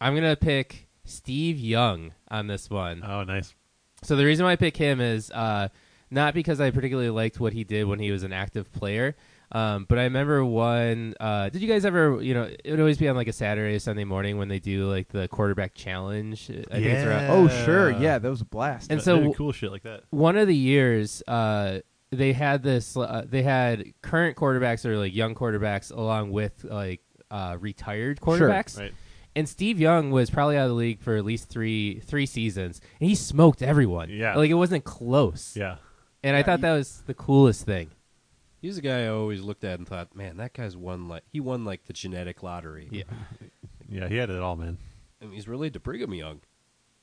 Speaker 4: I'm gonna pick Steve Young on this one.
Speaker 2: Oh, nice.
Speaker 4: So the reason why I pick him is uh, not because I particularly liked what he did when he was an active player, um, but I remember one. Uh, did you guys ever? You know, it would always be on like a Saturday or Sunday morning when they do like the quarterback challenge. uh, I think it's around,
Speaker 3: Oh sure,
Speaker 4: Uh,
Speaker 3: yeah, that was a blast.
Speaker 4: And
Speaker 2: Uh,
Speaker 4: so-
Speaker 2: dude, cool shit like that.
Speaker 4: one of the years uh, they had this uh, they had current quarterbacks or like young quarterbacks along with like uh, retired quarterbacks
Speaker 2: Right.
Speaker 4: and Steve Young was probably out of the league for at least three three seasons and he smoked everyone
Speaker 2: Yeah.
Speaker 4: like it wasn't close
Speaker 2: Yeah.
Speaker 4: and I thought that was the coolest thing
Speaker 1: He's a guy I always looked at and thought, man, that guy's won like he won like the genetic lottery.
Speaker 4: yeah
Speaker 2: Yeah. He had it all, man.
Speaker 1: and he's related to Brigham Young.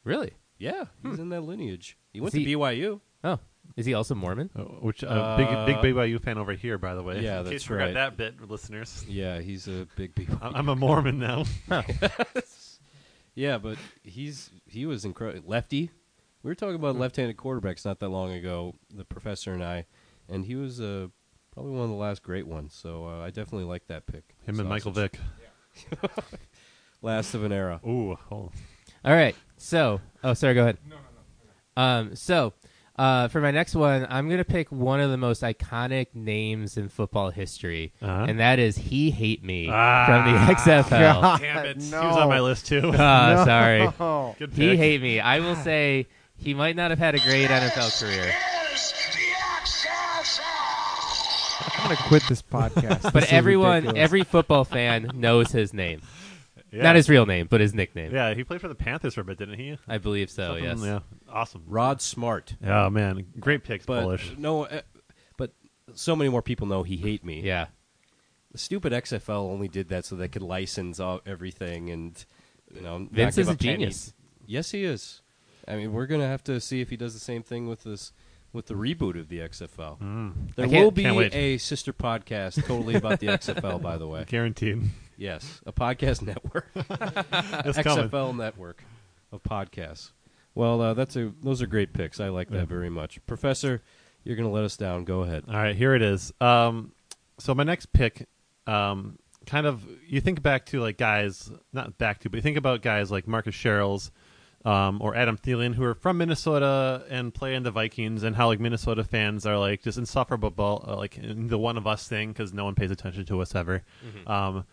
Speaker 4: really
Speaker 1: Yeah, he's in that lineage. He went
Speaker 4: Is
Speaker 1: to
Speaker 4: he-
Speaker 1: BYU.
Speaker 4: oh is he also Mormon
Speaker 2: Uh, Which uh, big big BYU fan over here, by the way.
Speaker 1: yeah,
Speaker 2: in
Speaker 1: that's
Speaker 2: case you forgot
Speaker 1: right.
Speaker 2: that bit, listeners.
Speaker 1: Yeah, he's a big BYU.
Speaker 2: I- I'm a Mormon now.
Speaker 1: Yeah, but he's he was incredible. Lefty. We were talking
Speaker 2: Hmm.
Speaker 1: about left-handed quarterbacks not that long ago, the professor and I, and he was uh, probably one of the last great ones. So uh, I definitely like that pick.
Speaker 2: Him
Speaker 1: Sausage.
Speaker 2: and Michael Vick.
Speaker 1: Last of an era.
Speaker 2: Ooh, oh.
Speaker 4: All right. So, oh, sorry. Go ahead. No, no, no. Um, so, uh, for my next one, I'm gonna pick one of the most iconic names in football history,
Speaker 2: Uh-huh.
Speaker 4: and that is "He Hate Me"
Speaker 2: Ah.
Speaker 4: from the XFL.
Speaker 2: damn it!
Speaker 3: no.
Speaker 2: He was on my list too.
Speaker 4: Ah, Sorry,
Speaker 3: Oh,
Speaker 2: Good
Speaker 4: "He
Speaker 2: pick.
Speaker 4: Hate Me." I will say he might not have had a great NFL career,
Speaker 3: I'm gonna quit this podcast. This
Speaker 4: but
Speaker 3: is
Speaker 4: everyone,
Speaker 3: ridiculous.
Speaker 4: every football fan knows his name.
Speaker 2: Yeah.
Speaker 4: Not his real name, but his nickname.
Speaker 2: Yeah, he played for the Panthers for a bit, didn't he?
Speaker 4: I believe so.
Speaker 2: Something-
Speaker 4: Yes.
Speaker 2: Yeah. Awesome.
Speaker 1: Rod Smart,
Speaker 2: Oh man, great picks,
Speaker 1: but
Speaker 2: Polish.
Speaker 1: no, uh, but so many more people know he hate me.
Speaker 4: Yeah.
Speaker 1: the stupid XFL only did that so they could license all, everything, and you know, not
Speaker 4: Vince
Speaker 1: give
Speaker 4: is a
Speaker 1: penny.
Speaker 4: genius.
Speaker 1: Yes, he is. I mean, we're gonna have to see if he does the same thing with this with the reboot of the XFL. There
Speaker 4: Mm. I can't-
Speaker 1: will be
Speaker 2: can't wait.
Speaker 1: a sister podcast totally about the XFL. By the way,
Speaker 2: Guaranteed.
Speaker 1: yes, a podcast network,
Speaker 2: It's
Speaker 1: XFL
Speaker 2: coming.
Speaker 1: network of podcasts. Well, uh, that's a those are great picks. I like that very much, Professor. You're gonna let us down. Go ahead.
Speaker 2: All right, here it is. Um, so my next pick, um, kind of you think back to like guys, not back to, but you think about guys like Marcus Sherrills, um, or Adam Thielen, who are from Minnesota and play in the Vikings, and how like Minnesota fans are like just insufferable, about, uh, like in the one of us thing because no one pays attention to us ever. Um,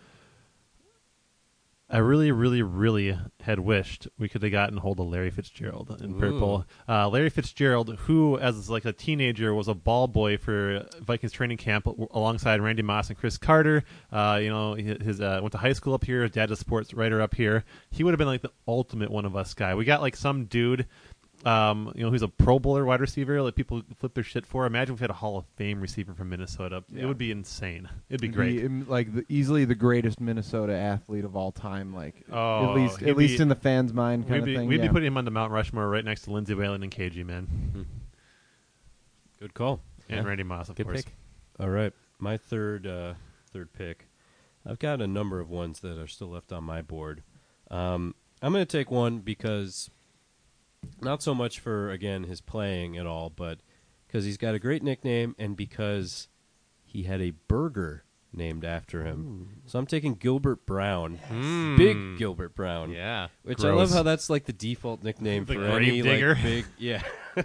Speaker 2: I really, really, really had wished we could have gotten hold of Larry Fitzgerald in
Speaker 4: Ooh.
Speaker 2: purple. Uh, Larry Fitzgerald, who as like a teenager was a ball boy for Vikings training camp w- alongside Randy Moss and Chris Carter. Uh, you know, hi- his uh, went to high school up here. His dad's a sports writer up here. He would have been like the ultimate one of us guy. We got like some dude. Um, you know, who's a Pro Bowler wide receiver? Like people flip their shit for. Imagine if we had a Hall of Fame receiver from Minnesota. It
Speaker 3: Yeah.
Speaker 2: would be insane. It'd be
Speaker 3: He'd
Speaker 2: great.
Speaker 3: um, like the, easily the greatest Minnesota athlete of all time. Like
Speaker 2: Oh,
Speaker 3: at least
Speaker 2: he'd
Speaker 3: at least
Speaker 2: be-
Speaker 3: in the fans' mind, kind
Speaker 2: We'd
Speaker 3: of
Speaker 2: be,
Speaker 3: thing.
Speaker 2: we'd be
Speaker 3: yeah.
Speaker 2: putting him on the Mount Rushmore right next to Lindsey Whalen and KG Man
Speaker 1: Good call.
Speaker 2: and
Speaker 4: Yeah.
Speaker 2: Randy Moss, of
Speaker 4: Good
Speaker 2: course.
Speaker 4: pick.
Speaker 1: All right, my third uh, third pick. I've got a number of ones that are still left on my board. Um, I'm going to take one because not so much for again his playing at all, but because he's got a great nickname and because he had a burger named after him. So I'm taking Gilbert Brown, big Gilbert Brown.
Speaker 4: Yeah.
Speaker 1: Which I
Speaker 2: Gross.
Speaker 1: love how that's like the default nickname
Speaker 2: The
Speaker 1: for
Speaker 2: grave
Speaker 1: any
Speaker 2: digger.
Speaker 1: like big yeah.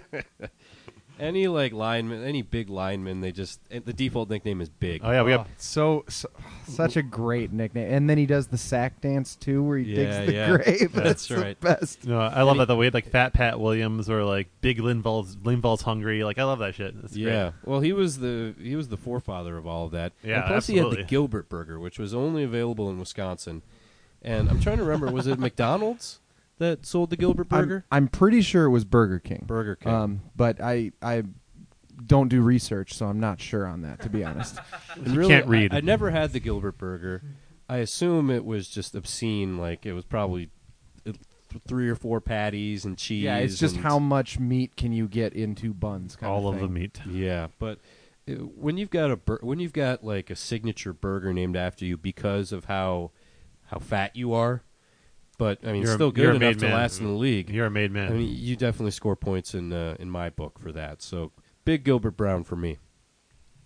Speaker 1: any like lineman, any big lineman, they just and the default nickname is big.
Speaker 2: Oh yeah, we got
Speaker 3: so, so such a great nickname, and then he does the sack dance too, where he
Speaker 1: Yeah,
Speaker 3: digs the
Speaker 1: yeah.
Speaker 3: grave.
Speaker 1: That's
Speaker 3: That's,
Speaker 1: right.
Speaker 3: the best.
Speaker 2: no. I love that though. We had like Fat Pat Williams or like Big Linval's Linval's hungry. Like I love that shit. That's
Speaker 1: yeah. Well, he was the he was the forefather of all of that.
Speaker 2: Yeah,
Speaker 1: And plus he
Speaker 2: absolutely.
Speaker 1: had the Gilbert Burger, which was only available in Wisconsin. And I'm trying to remember, was it McDonald's that sold the Gilbert Burger?
Speaker 3: I'm, I'm pretty sure it was Burger King.
Speaker 1: Burger King.
Speaker 3: Um, but I I don't do research, so I'm not sure on that. To be honest,
Speaker 1: And really,
Speaker 2: can't read.
Speaker 1: I, I never had the Gilbert Burger. I assume it was just obscene. Like it was probably uh, th- three or four patties and cheese.
Speaker 3: yeah, it's just
Speaker 1: and-
Speaker 3: how much meat can you get into buns?
Speaker 2: great.
Speaker 3: Kind
Speaker 2: All of the
Speaker 3: thing.
Speaker 2: meat.
Speaker 1: Yeah, but uh, when you've got a bur- when you've got like a signature burger named after you because of how how fat you are, but I mean,
Speaker 2: You're a-
Speaker 1: still
Speaker 2: you're
Speaker 1: good
Speaker 2: a made
Speaker 1: enough to
Speaker 2: man.
Speaker 1: last in the league.
Speaker 2: You're a made man.
Speaker 1: I mean, you definitely score points in uh, in my book for that. So big Gilbert Brown for me.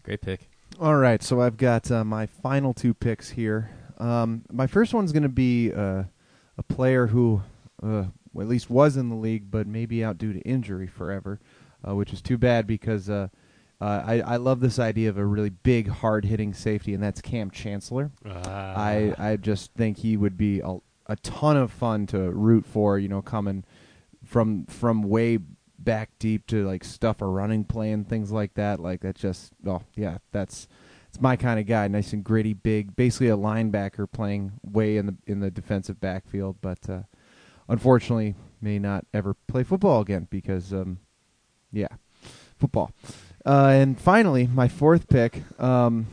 Speaker 4: Great pick.
Speaker 3: All right, so I've got uh, my final two picks here. Um, my first one's going to be uh, a player who, uh, well, at least was in the league, but maybe out due to injury forever, uh, which is too bad because uh, uh, I, I love this idea of a really big, hard-hitting safety, and that's Cam Chancellor. I I just think he would be a, a ton of fun to root for. You know, coming from from way back deep to like stuff a running play and things like that. Like that just oh yeah, that's it's my kind of guy. Nice and gritty, big, basically a linebacker playing way in the in the defensive backfield. But uh, unfortunately, may not ever play football again because um, yeah, football. Uh, and finally, my fourth pick. Um,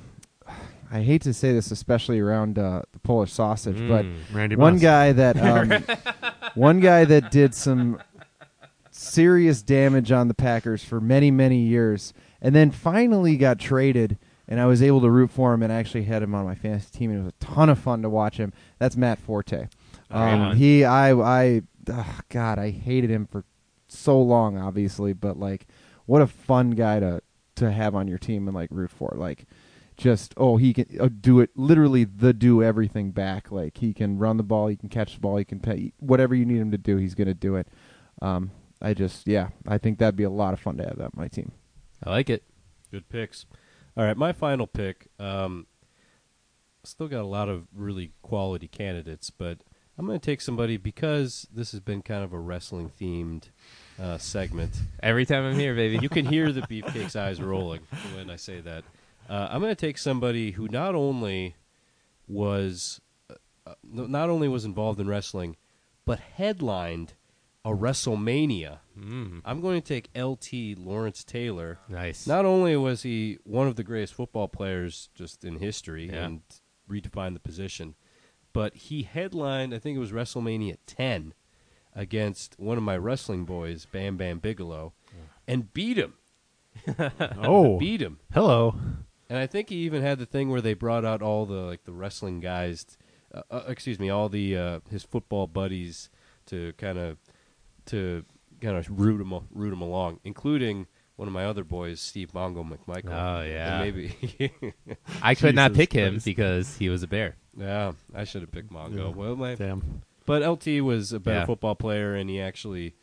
Speaker 3: I hate to say this, especially around uh, the Polish sausage, but
Speaker 2: Randy
Speaker 3: one
Speaker 2: Moss.
Speaker 3: guy that um, one guy that did some serious damage on the Packers for many many years, and then finally got traded. And I was able to root for him, and I actually had him on my fantasy team, and it was a ton of fun to watch him. That's Matt Forte. Um, he, I, I, ugh, God, I hated him for so long, obviously, but like, what a fun guy to to have on your team and like root for. Like, just oh, he can uh, do it literally the do everything back. Like he can run the ball, he can catch the ball, he can pay whatever you need him to do, he's gonna do it. Um, I just yeah, I think that'd be a lot of fun to have that on my team.
Speaker 4: I like it.
Speaker 1: Good picks. All right, my final pick. Um, still got a lot of really quality candidates, but I'm going to take somebody because this has been kind of a wrestling themed uh, segment.
Speaker 4: Every time I'm here, baby.
Speaker 1: you can hear the beefcake's eyes rolling when I say that. Uh, I'm going to take somebody who not only was uh, uh, not only was involved in wrestling, but headlined a WrestleMania.
Speaker 4: Mm.
Speaker 1: I'm going to take LT Lawrence Taylor.
Speaker 4: Nice.
Speaker 1: Not only was he one of the greatest football players just in history
Speaker 4: Yeah.
Speaker 1: and redefined the position, but he headlined, I think it was WrestleMania 10 against one of my wrestling boys, Bam Bam Bigelow, and beat him.
Speaker 2: Oh,
Speaker 1: Beat him.
Speaker 2: hello.
Speaker 1: And I think he even had the thing where they brought out all the like the wrestling guys, uh, uh, excuse me, all the uh, his football buddies to kind of to kind of root him root him along, including one of my other boys, Steve Mongo McMichael.
Speaker 4: Oh, yeah.
Speaker 1: And maybe
Speaker 4: I could not
Speaker 2: Jesus
Speaker 4: pick him
Speaker 2: Christ.
Speaker 4: because he was a bear.
Speaker 1: yeah, I should have picked Mongo.
Speaker 2: Yeah.
Speaker 1: Well, my
Speaker 2: Damn.
Speaker 1: but LT was a better
Speaker 4: Yeah.
Speaker 1: football player, and he actually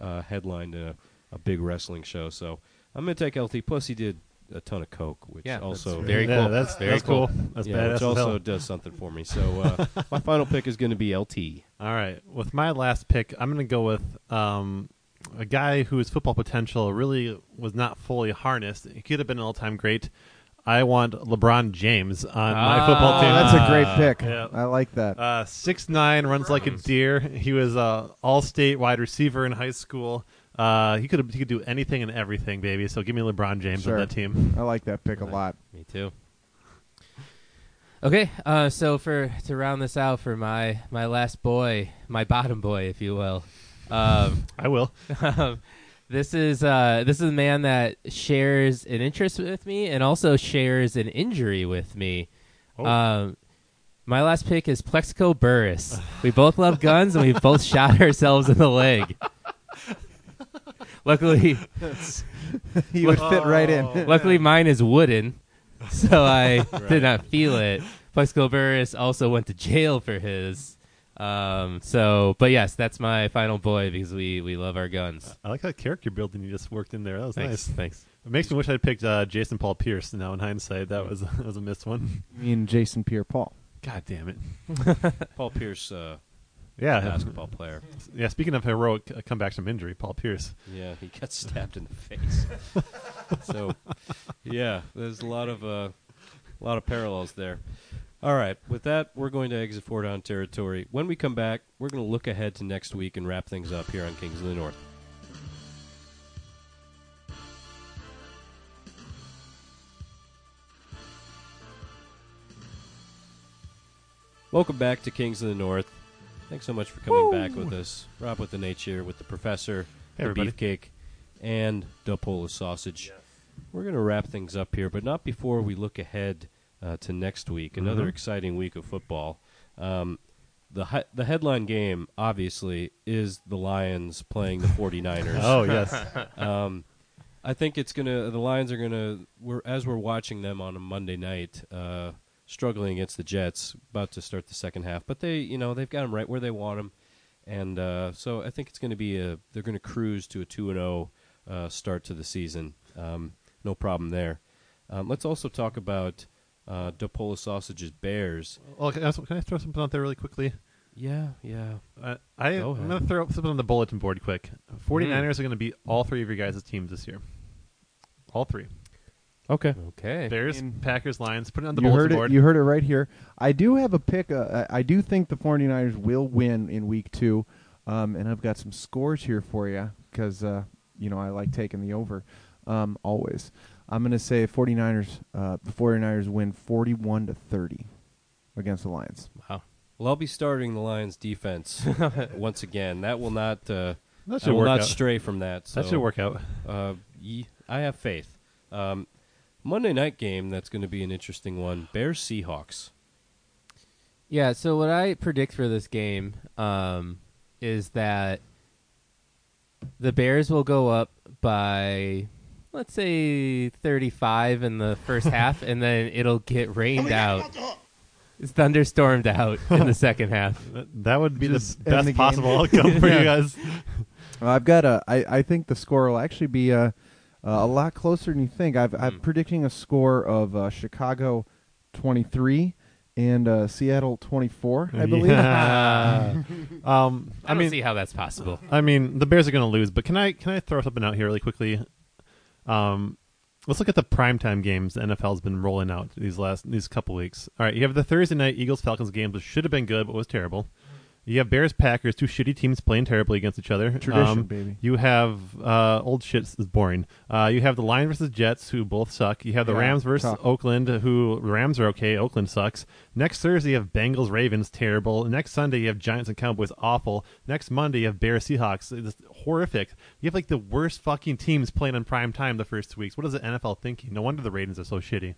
Speaker 1: uh, headlined a, a big wrestling show. So I'm going to take LT. Plus, he did a ton of coke, which
Speaker 4: Yeah, that's
Speaker 1: also
Speaker 4: very
Speaker 2: yeah,
Speaker 4: cool.
Speaker 2: That's
Speaker 4: Very
Speaker 2: that's cool. That's
Speaker 1: yeah,
Speaker 2: badass.
Speaker 1: which
Speaker 2: as
Speaker 1: also
Speaker 2: hell.
Speaker 1: does something for me. So uh, my final pick is going to be LT.
Speaker 2: All right. With my last pick, I'm going to go with um, a guy whose football potential really was not fully harnessed. He could have been an all time great. I want LeBron James on my
Speaker 4: Ah.
Speaker 2: football team.
Speaker 4: Oh,
Speaker 3: that's a great pick.
Speaker 2: yeah.
Speaker 3: I like that.
Speaker 2: Uh, six nine, runs like a deer. He was a all-state wide receiver in high school. Uh, he could he could do anything and everything, baby. So give me LeBron James
Speaker 3: Sure.
Speaker 2: on that team.
Speaker 3: I like that pick a lot.
Speaker 4: Me too. Okay, uh, so for to round this out for my my last boy, my bottom boy, if you will. Um,
Speaker 2: I will.
Speaker 4: um, this is uh, this is a man that shares an interest with me and also shares an injury with me.
Speaker 2: Oh.
Speaker 4: Um, my last pick is Plexico Burris. We both love guns and we both shot ourselves in the leg. Luckily,
Speaker 3: He would fit right in.
Speaker 4: Luckily, mine is wooden, so I did not feel it. Plexico Burris also went to jail for his. Um, so, but yes, that's my final boy because we, we love our guns.
Speaker 2: I like that character building you just worked in there. That was
Speaker 4: Thanks.
Speaker 2: nice.
Speaker 4: Thanks.
Speaker 2: It makes me wish I'd picked uh, Jason Paul Pierce. Now in hindsight, that was that was a missed one.
Speaker 3: Me and Jason Pierre-Paul.
Speaker 2: God damn it.
Speaker 1: Paul Pierce, uh,
Speaker 2: Yeah.
Speaker 1: basketball player.
Speaker 2: Yeah. Speaking of heroic uh, comebacks from injury, Paul Pierce.
Speaker 1: Yeah, he got stabbed in the face. so, yeah, there's a lot of uh, a lot of parallels there. All right, with that, we're going to exit Fort Hunt territory. When we come back, we're going to look ahead to next week and wrap things up here on Kings of the North. Welcome back to Kings of the North. Thanks so much for coming back with us. Rob with the nature, with the professor,
Speaker 2: Hey,
Speaker 1: the
Speaker 2: everybody.
Speaker 1: beefcake, and the Polish sausage. We're going to wrap things up here, but not before we look ahead uh, to next week.
Speaker 2: Mm-hmm.
Speaker 1: Another exciting week of football. Um, the hi- the headline game, obviously, is the Lions playing the 49ers.
Speaker 2: Oh yes.
Speaker 1: I think it's gonna. The Lions are gonna. We're as we're watching them on a Monday night, uh, struggling against the Jets, about to start the second half. But they, you know, they've got them right where they want them, and uh, so I think it's gonna be a. They're gonna cruise to a two and zero start to the season. Um, no problem there. Um, let's also talk about uh, DePola Sausage's Bears.
Speaker 2: well, can I, can I throw something out there really quickly?
Speaker 1: Yeah, yeah.
Speaker 2: Uh, I,
Speaker 1: Go
Speaker 2: I'm
Speaker 1: ahead.
Speaker 2: going to throw up something on the bulletin board quick. 49ers are going to beat all three of your guys' teams this year. All three.
Speaker 1: Okay.
Speaker 4: Okay.
Speaker 2: Bears, Packers, Lions. Put it on the
Speaker 3: you
Speaker 2: bulletin
Speaker 3: heard
Speaker 2: board.
Speaker 3: it. You heard it right here. I do have a pick. Uh, I I do think the 49ers will win in Week Two, um, and I've got some scores here for you because uh, you know I like taking the over um, always. I'm going to say 49ers. Uh, the 49ers win 41 to 30 against the Lions.
Speaker 4: Wow.
Speaker 1: Well, I'll be starting the Lions defense once again. That will not. Uh,
Speaker 2: That
Speaker 1: that
Speaker 2: should
Speaker 1: will
Speaker 2: work
Speaker 1: not
Speaker 2: out.
Speaker 1: stray from that. So,
Speaker 2: that should work out.
Speaker 1: Uh, ye- I have faith. Um, Monday night game. That's going to be an interesting one. Bears Seahawks.
Speaker 4: Yeah. So what I predict for this game um, is that the Bears will go up by let's say 35 in the first half, and then it'll get
Speaker 5: Oh,
Speaker 4: rained out. It's thunderstormed out in the second half.
Speaker 2: That, that would be
Speaker 3: Just
Speaker 2: the best
Speaker 3: end the game.
Speaker 2: possible outcome for you guys.
Speaker 3: Uh, I've got a. I, I think the score will actually be uh, uh, a lot closer than you think. I've,
Speaker 2: Hmm.
Speaker 3: I'm predicting a score of uh, Chicago 23 and uh, Seattle 24. I believe.
Speaker 2: Yeah. um,
Speaker 4: I,
Speaker 2: I
Speaker 4: don't
Speaker 2: mean,
Speaker 4: see how that's possible.
Speaker 2: I mean, the Bears are going to lose. But can I can I throw something out here really quickly? Um, let's look at the primetime games the NFL's been rolling out these last these couple weeks. All right, you have the Thursday night Eagles Falcons game, which should have been good but was terrible. You have Bears Packers, two shitty teams playing terribly against each other. Um,
Speaker 3: Tradition, baby.
Speaker 2: You have uh, old shit is boring. Uh, you have the Lions versus Jets, who both suck. You have the
Speaker 3: Yeah,
Speaker 2: Rams versus
Speaker 3: tough.
Speaker 2: Oakland, who the Rams are okay. Oakland sucks. Next Thursday, you have Bengals Ravens, terrible. Next Sunday, you have Giants and Cowboys, awful. Next Monday, you have Bears Seahawks, just horrific. You have like the worst fucking teams playing on prime time the first two weeks. What is the NFL thinking? No wonder the Ravens are so shitty.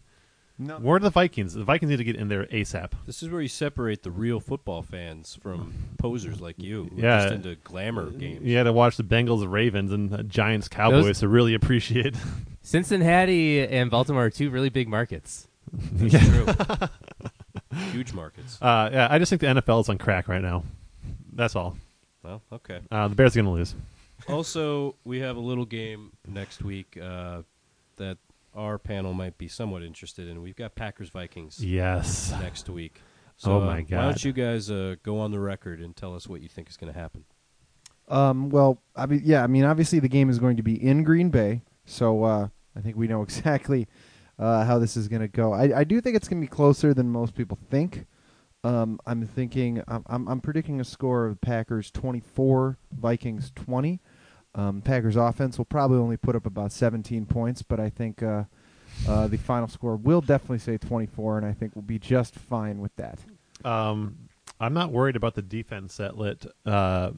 Speaker 3: No.
Speaker 2: Where are the Vikings? The Vikings need to get in there ASAP.
Speaker 1: This is where you separate the real football fans from posers like you. who are
Speaker 2: Yeah. Uh,
Speaker 1: Just into glamour games.
Speaker 2: You had to watch the Bengals Ravens and the Giants Cowboys to really appreciate.
Speaker 4: Cincinnati and Baltimore are two really big markets.
Speaker 1: That's true. Huge markets.
Speaker 2: Uh, yeah, I just think the NFL is on crack right now. That's all.
Speaker 1: Well, okay.
Speaker 2: Uh, the Bears are going to lose.
Speaker 1: also, we have a little game next week uh, that our panel might be somewhat interested in. We've got Packers Vikings
Speaker 2: Yes.
Speaker 1: next week.
Speaker 2: Oh,
Speaker 1: uh,
Speaker 2: my
Speaker 1: Why
Speaker 2: God.
Speaker 1: don't you guys uh, go on the record and tell us what you think is going to happen?
Speaker 3: Um, well, I mean, yeah, I mean, obviously the game is going to be in Green Bay, so uh, I think we know exactly uh, how this is going to go. I, I do think it's going to be closer than most people think. Um, I'm thinking, I'm, I'm, I'm predicting a score of Packers 24, Vikings 20. Um, Packers offense will probably only put up about 17 points, but I think uh, uh, the final score will definitely say 24, and I think we'll be just fine with that.
Speaker 2: Um, I'm not worried about the defense that let uh,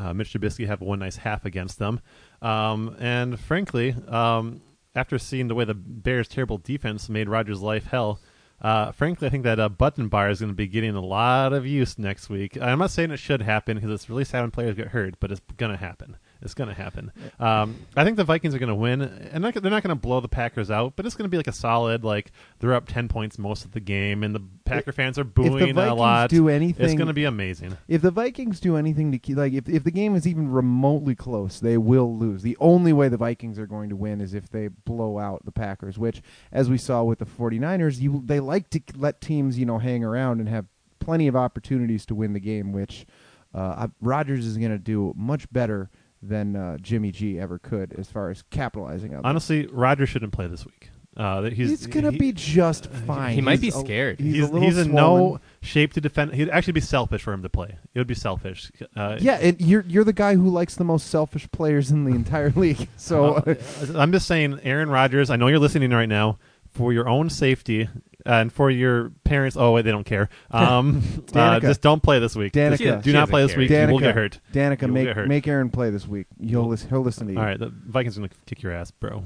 Speaker 2: uh, Mitch Trubisky have one nice half against them. Um, and frankly, um, after seeing the way the Bears' terrible defense made Rogers' life hell, uh, frankly, I think that uh, Button Bar is going to be getting a lot of use next week. I'm not saying it should happen because it's really sad when players get hurt, but it's going to happen. It's going to happen. Um, I think the Vikings are going to win, and not- they're not going to blow the Packers out, but it's going to be like a solid, like they're up ten points most of the game, and the Packer fans are booing a
Speaker 3: Vikings
Speaker 2: lot.
Speaker 3: do anything-
Speaker 2: it's going to be amazing.
Speaker 3: If the Vikings do anything to keep, like, if, if the game is even remotely close, they will lose. The only way the Vikings are going to win is if they blow out the Packers, which, as we saw with the 49ers, you, they like to let teams, you know, hang around and have plenty of opportunities to win the game, which uh, Rodgers is going to do much better than uh, Jimmy G ever could as far as capitalizing on that.
Speaker 2: Honestly, Rogers shouldn't play this week. Uh, that he's
Speaker 3: He's, going to
Speaker 2: he-
Speaker 3: be just fine.
Speaker 4: he might be
Speaker 3: He's a-
Speaker 4: scared.
Speaker 3: he's,
Speaker 2: He's,
Speaker 3: a little
Speaker 2: he's in
Speaker 3: swollen.
Speaker 2: no shape to defend. He'd actually be selfish for him to play. It would be selfish. Uh,
Speaker 3: Yeah, and you're you're the guy who likes the most selfish players in the entire league. So
Speaker 2: Uh, I'm just saying, Aaron Rodgers. I know you're listening right now. For your own safety and for your parents. Oh wait, they don't care. Um, uh,
Speaker 3: Danica.
Speaker 2: just don't play this week.
Speaker 3: Danica.
Speaker 2: Just
Speaker 3: She-
Speaker 2: do
Speaker 4: she
Speaker 2: not
Speaker 4: doesn't
Speaker 2: play this
Speaker 4: care.
Speaker 2: week.
Speaker 3: Danica,
Speaker 2: You will get hurt.
Speaker 3: Danica,
Speaker 2: You will
Speaker 3: make
Speaker 2: get hurt.
Speaker 3: make Aaron play this week. You'll listen, he'll listen to you.
Speaker 2: All right, the Vikings are gonna kick your ass, bro.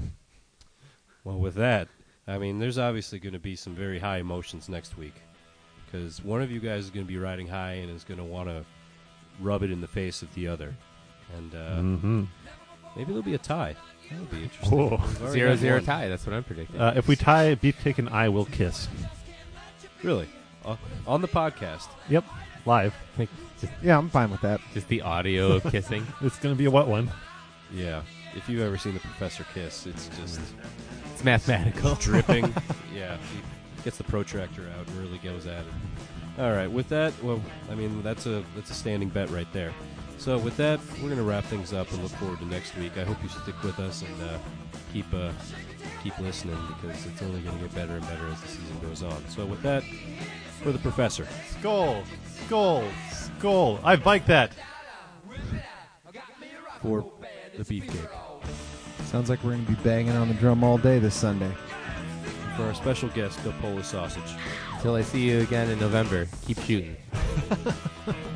Speaker 1: Well, with that, I mean, there's obviously going to be some very high emotions next week because one of you guys is going to be riding high and is going to want to rub it in the face of the other. And uh,
Speaker 2: Mm-hmm.
Speaker 1: maybe there'll be a tie. That would be interesting.
Speaker 2: Oh.
Speaker 1: We've already
Speaker 4: Zero
Speaker 1: had
Speaker 4: zero
Speaker 1: one.
Speaker 4: tie. That's what I'm predicting.
Speaker 2: Uh, if we tie, Beefcake and I will kiss.
Speaker 1: Really? Uh, on the podcast.
Speaker 2: Yep, live.
Speaker 4: Like, just,
Speaker 3: Yeah, I'm fine with that.
Speaker 4: just the audio of kissing.
Speaker 2: It's gonna be a wet one.
Speaker 1: Yeah. If you've ever seen the professor kiss, it's just
Speaker 4: It's mathematical.
Speaker 1: dripping. yeah. He gets the protractor out and really goes at it. All right. With that, well, I mean, that's a that's a standing bet right there. So with that, we're going to wrap things up and look forward to next week. I hope you stick with us and uh, keep uh, keep listening because it's only going to get better and better as the season goes on. So with that, for the professor.
Speaker 2: Skull, skull, skull. I like that.
Speaker 1: for the beefcake.
Speaker 3: Sounds like we're going to be banging on the drum all day this Sunday.
Speaker 1: For our special guest, the Polish sausage.
Speaker 4: Until I see you again in November, keep shooting.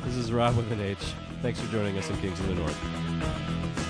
Speaker 1: This is Rob with an H. Thanks for joining us in Kings of the North.